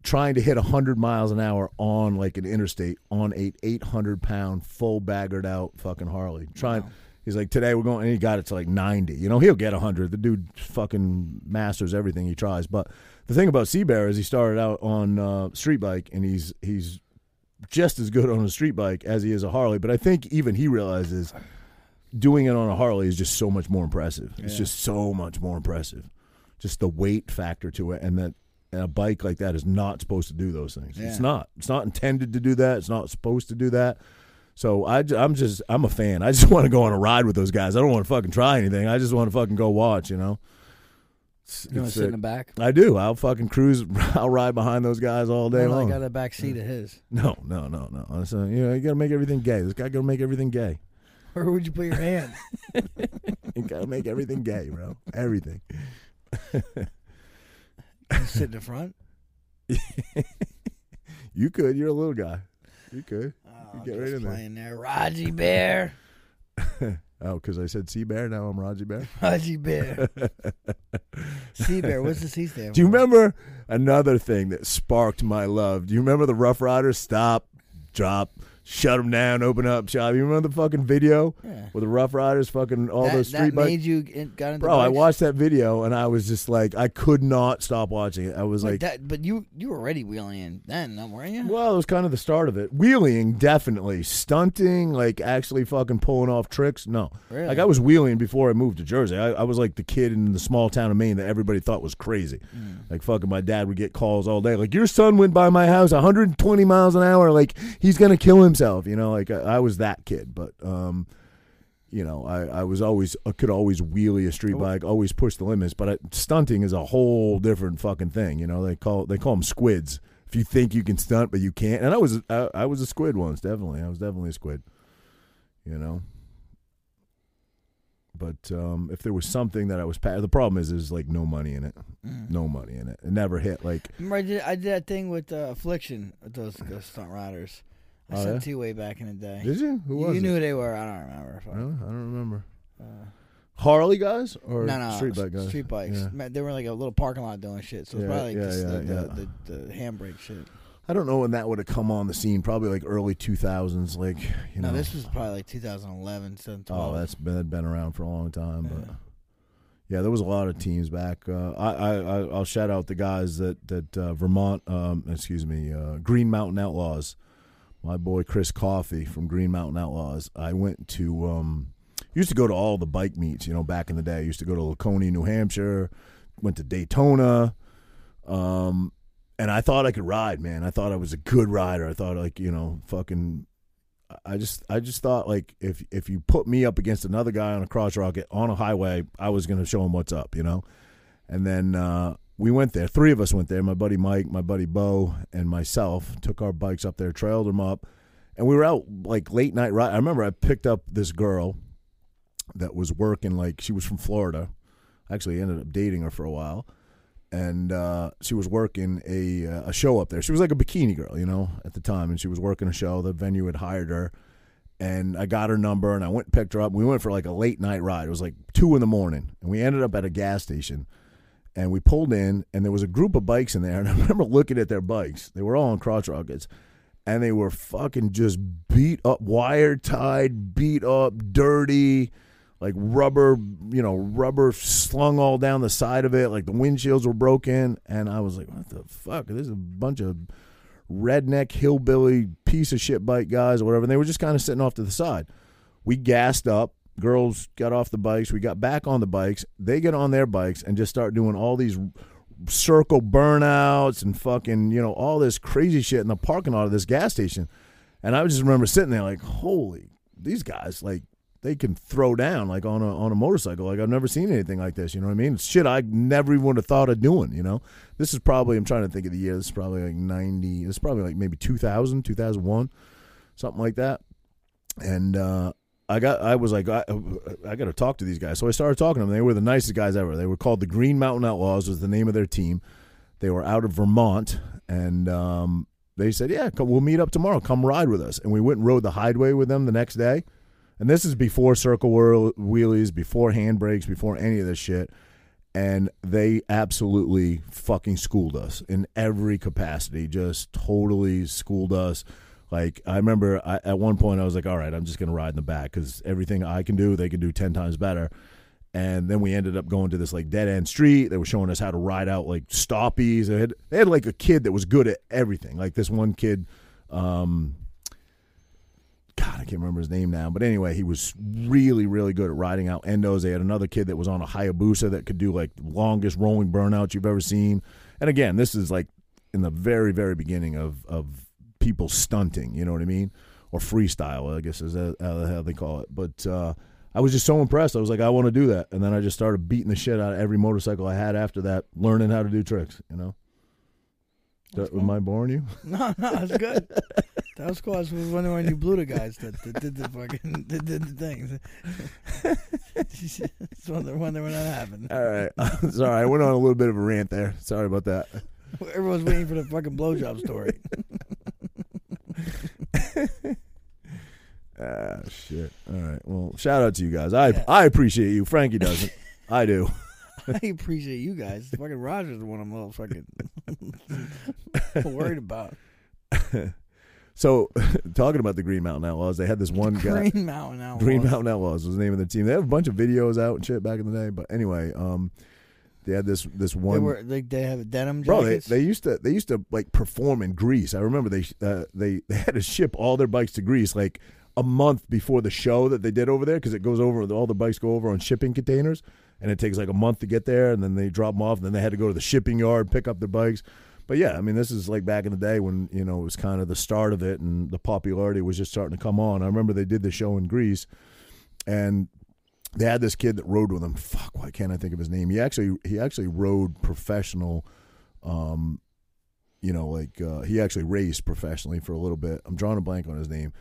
Trying to hit 100 miles an hour on like an interstate on a 800 pound full baggered out fucking Harley. Trying. He's like, today we're going, and he got it to like 90. You know, he'll get 100. The dude fucking masters everything he tries. But the thing about Sea Bear is he started out on uh, street bike, and he's he's just as good on a street bike as he is a Harley. But I think even he realizes doing it on a Harley is just so much more impressive. It's just so much more impressive. Just the weight factor to it, and that and a bike like that is not supposed to do those things. It's Yeah. not. It's not intended to do that. It's not supposed to do that. So I, ju- I'm just I'm a fan. I just want to go on a ride with those guys. I don't want to fucking try anything. I just want to fucking go watch. You know. It's- You want to it's sit in a- the back? I do. I'll fucking cruise. I'll ride behind those guys all day Well, I long. got a back seat of his. No, no, no, no. I said, you know, you gotta make everything gay. This guy gotta make everything gay. Where would you put your hand? You gotta make everything gay, bro. Everything. You sit in the front. You could. You're a little guy. You could. Oh, get right just in there. playing there. Raji Bear. Oh, because I said sea bear. Now I'm Raji Bear. Raji Bear. sea Bear. What's the sea stand Do you for? remember another thing that sparked my love? Do you remember the Rough Riders? Stop, drop, shut them down, open up shop. You remember the fucking video Yeah. with the Rough Riders fucking all that, those that street bikes? made you in, got into Bro, I bikes? watched that video and I was just like, I could not stop watching it. I was But like, that, but you you were already wheeling in then, though, weren't you? Well, it was kind of the start of it. Wheeling, definitely. Stunting, like actually fucking pulling off tricks, no. Really? Like I was wheeling before I moved to Jersey. I, I was like the kid in the small town of Maine that everybody thought was crazy. Hmm. Like fucking my dad would get calls all day. Like your son went by my house 120 miles an hour. Like he's gonna kill himself. You know, like I, I was that kid. But um, you know, I, I was always I could always wheelie a street bike, always push the limits. But I, stunting is a whole different fucking thing. You know, they call they call them squids. If you think you can stunt but you can't, and I was I, I was a squid once, definitely. I was definitely a squid. You know. But um, if there was something that I was pa- the problem is there's like no money in it, no money in it. It never hit. Like Remember, I did I did that thing with uh, Affliction with those, those stunt riders. I Oh, sent yeah? to you way back in the day. did you? Who You- was you it? knew who they were. I don't remember. Uh, Really? I don't remember. Harley guys or no, no, street s- bike guys? Street bikes. Yeah. Man, They were in, like a little parking lot doing shit. So it's Yeah, probably like yeah, just the, yeah, the, the, the handbrake shit. I don't know when that would have come on the scene. Probably like early two thousands. Like you know, No, this was probably like 2011, 2012. oh, that's been that'd been around for a long time. But yeah, there was a lot of teams back. Uh, I, I I- I'll shout out the guys that that uh, Vermont, um, excuse me, uh, Green Mountain Outlaws. My boy Chris Coffey from Green Mountain Outlaws. I went to um, used to go to all the bike meets. You know, back in the day, I used to go to Laconia, New Hampshire. Went to Daytona. Um, and I thought I could ride, man. I thought I was a good rider. I thought like, you know, fucking I just I just thought like if if you put me up against another guy on a cross rocket on a highway, I was gonna show him what's up, you know? And then uh we went there. Three of us went there. My buddy Mike, my buddy Bo, and myself took our bikes up there, trailed them up, and we were out like late night ride. I remember I picked up this girl that was working like she was from Florida. I actually ended up dating her for a while and uh, she was working a uh, a show up there. She was like a bikini girl, you know, at the time, and she was working a show. The venue had hired her, and I got her number, and I went and picked her up. We went for like a late night ride. It was like two in the morning, and we ended up at a gas station, and we pulled in, and there was a group of bikes in there, and I remember looking at their bikes. They were all on crotch rockets. And they were fucking just beat up, wire tied, beat up, dirty like rubber, you know, rubber slung all down the side of it. Like the windshields were broken, and I was like, "What the fuck? This is a bunch of redneck hillbilly piece of shit bike guys or whatever." And they were just kind of sitting off to the side. We gassed up. Girls got off the bikes. We got back on the bikes. They get on their bikes and just start doing all these circle burnouts and fucking, you know, all this crazy shit in the parking lot of this gas station. And I just remember sitting there like, "Holy, these guys like." they can throw down like on a on a motorcycle. Like I've never seen anything like this. You know what I mean? It's shit I never even would have thought of doing. You know, this is probably I'm trying to think of the year. This is probably like ninety. This is probably like maybe 2000, 2001, something like that. And uh, I got I was like I, uh, I got to talk to these guys. So I started talking to them. They were the nicest guys ever. They were called the Green Mountain Outlaws was the name of their team. They were out of Vermont and. Um, they said, "Yeah, come, we'll meet up tomorrow. Come ride with us." And we went and rode the highway with them the next day. And this is before circle whirl- wheelies, before handbrakes, before any of this shit. And they absolutely fucking schooled us in every capacity, just totally schooled us. Like, I remember I, at one point I was like, all right, I'm just going to ride in the back because everything I can do, they can do 10 times better. And then we ended up going to this like dead end street. They were showing us how to ride out like stoppies. They had, they had like a kid that was good at everything. Like this one kid, um, God, I can't remember his name now, but anyway, he was really, really good at riding out endos. They had another kid that was on a Hayabusa that could do like the longest rolling burnout you've ever seen. And again, this is like in the very, very beginning of of people stunting. You know what I mean? Or freestyle, I guess is that how they call it. But uh, I was just so impressed. I was like, I want to do that. And then I just started beating the shit out of every motorcycle I had after that, learning how to do tricks. You know? That, am I boring you? No, no, that's good. that was cool. I was wondering when you blew the guys that, that did the fucking that did the things. Just wonder, wonder when that happened. All right. Sorry, I went on a little bit of a rant there. Sorry about that. Everyone's waiting for the fucking blowjob story. Ah, shit. All right. Well, shout out to you guys. I I appreciate you. Frankie doesn't. I do. I appreciate you guys. Fucking Roger's the one I'm a little fucking worried about. So, talking about the Green Mountain Outlaws, they had this one guy. Green Mountain Outlaws. Green Mountain Outlaws was the name of the team. They have a bunch of videos out and shit back in the day. But anyway, um, they had this this They one. were they, they have denim Bro, they, jackets. they used to they used to like perform in Greece. I remember they uh, they they had to ship all their bikes to Greece like a month before the show that they did over there because it goes over all the bikes go over on shipping containers and it takes like a month to get there and then they drop them off and then they had to go to the shipping yard pick up their bikes. But yeah, I mean this is like back in the day when you know it was kind of the start of it and the popularity was just starting to come on. I remember they did the show in Greece and they had this kid that rode with them. Fuck, why can't I think of his name? He actually he actually rode professional um, you know, like uh, he actually raced professionally for a little bit. I'm drawing a blank on his name,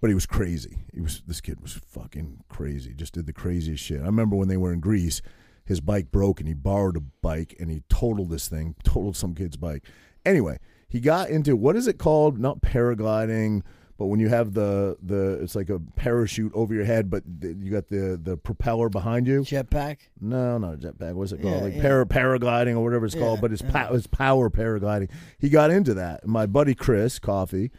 but he was crazy. He was this kid was fucking crazy. Just did the craziest shit. I remember when they were in Greece, his bike broke and he borrowed a bike and he totaled this thing, totaled some kid's bike. Anyway, he got into what is it called? Not paragliding. But when you have the, the it's like a parachute over your head, but th- you got the, the propeller behind you. jetpack. No, not a jetpack. What's it called? Yeah, like yeah. para paragliding or whatever it's called. Yeah, But it's pow- it's power paragliding. He got into that. My buddy Chris Coffee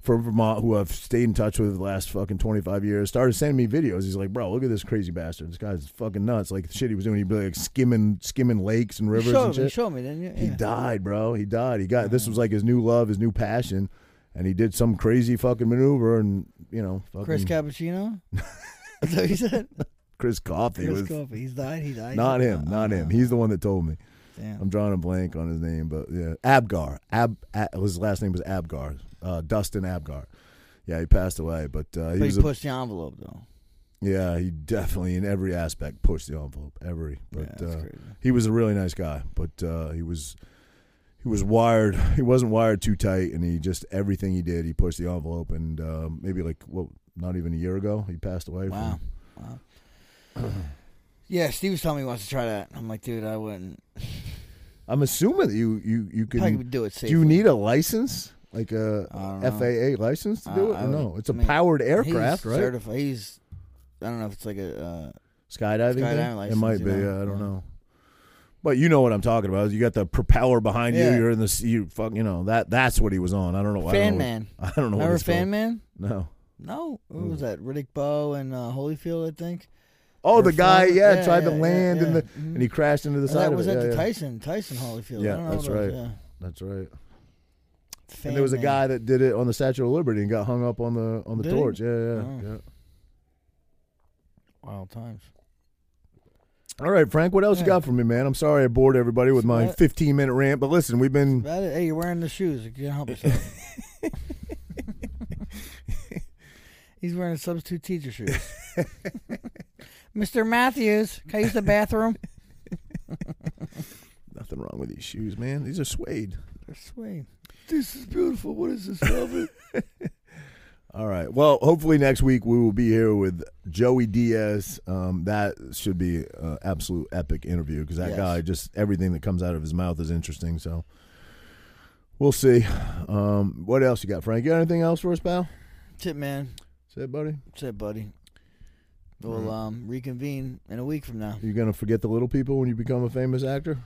from Vermont, who I've stayed in touch with the last fucking twenty five years, started sending me videos. He's like, "Bro, look at this crazy bastard. This guy's fucking nuts. Like the shit he was doing. He'd be like skimming skimming lakes and rivers You showed and me, you shit. showed me, didn't you? He Yeah. died, bro. He died. He got this was like his new love, his new passion." And he did some crazy fucking maneuver, and you know, fucking Chris Cappuccino. That's what you said. Chris Coffee Chris was Coffee. He's died. He died. not him, not him. He's the one that told me. Damn. I'm drawing a blank on his name, but yeah, Abgar. Ab, Ab- his last name was Abgar. Uh, Dustin Abgar. Yeah, he passed away, but uh, he But was he a, pushed the envelope though. yeah, he definitely in every aspect pushed the envelope, every. But that's uh, crazy. he was a really nice guy, but uh, he was he was wired. He wasn't wired too tight, and he just everything he did, he pushed the envelope. And uh, maybe like what, not even a year ago, he passed away. Wow. From, Wow. yeah, Steve was telling me he wants to try that. I'm like, dude, I wouldn't. I'm assuming that you you you Probably can. would do it Do safely. you need a license, like a I don't know. FAA license to I- do it? I Or no, would- it's a I mean, powered aircraft, he's right? Certified. He's. I don't know if it's like a. Uh, skydiving. thing? Skydiving license, it might you be. know? yeah, I don't Yeah. know. But you know what I'm talking about. You got the propeller behind Yeah. you. You're in the s- you fuck. You know that that's what he was on. I don't know. I don't Fan know Man. What, I don't know. what remember it's Fan called. Man? No. No, who was that? Riddick Bowe and uh, Holyfield, I think. Oh, Or the guy. Fallon? Yeah, Yeah, tried to yeah, yeah, land and yeah. the and he crashed into the Or side that of was it. at Yeah, the yeah. Tyson Tyson Holyfield. Yeah, I don't know that's what it was, right. yeah. That's right. Fan and there was a Man. guy that did it on the Statue of Liberty and got hung up on the on the Did he? torch. Yeah, yeah, Oh. yeah. Wild times. All right, Frank. What else you Yeah. got for me, man? I'm sorry I bored everybody with my That- 15 minute rant, but listen, we've been About it. Hey, you're wearing the shoes. You can't help yourself. He's wearing substitute teacher shoes. Mr. Matthews, can I use the bathroom? nothing wrong with these shoes, man. These are suede. They're suede. This is beautiful. What is this velvet? All right. Well, hopefully next week we will be here with Joey Diaz. Um, that should be an absolute epic interview because that Yes. guy just everything that comes out of his mouth is interesting. So we'll see. Um, what else you got, Frank? You got anything else for us, pal? That's it, man. Say, buddy. That's it, buddy. We'll um, reconvene in a week from now. You gonna forget the little people when you become a famous actor?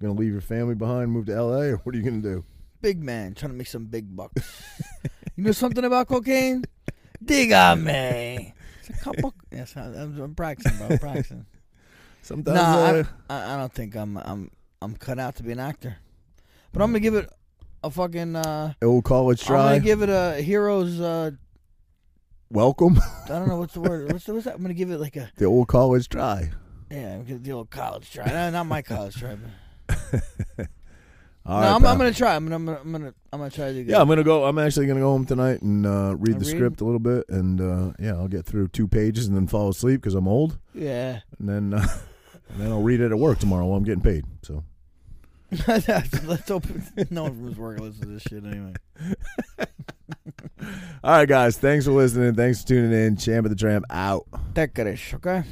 Gonna leave your family behind, move to L.A., or what are you gonna do? Big man, trying to make some big bucks. you know something about cocaine? Dig on me. It's a couple. Yes, I- I'm, I'm practicing, bro. I'm practicing. Sometimes. No, uh, I, I, I don't think I'm I'm I'm cut out to be an actor. But I'm gonna give it a fucking. Uh, Old college I'm gonna try. give it a hero's. Uh, Welcome I don't know what's the word. What's, the, what's that? I'm gonna give it like a the old college try. yeah. I'm gonna do a college try. No, not my college try. But. All no, right, I'm, pal. I'm gonna try. I'm gonna I'm gonna I'm gonna, I'm gonna try to do good. Yeah, I'm gonna go. I'm actually gonna go home tonight and uh, read Uh, the read? script a little bit, and uh, yeah, I'll get through two pages and then fall asleep because I'm old, yeah. and then uh, and then I'll read it at work tomorrow while I'm getting paid. So Let's hope no one from his work listens to this shit anyway. all right, guys, thanks for listening. Thanks for tuning in. Champ of the Tramp out. Take a risk, okay?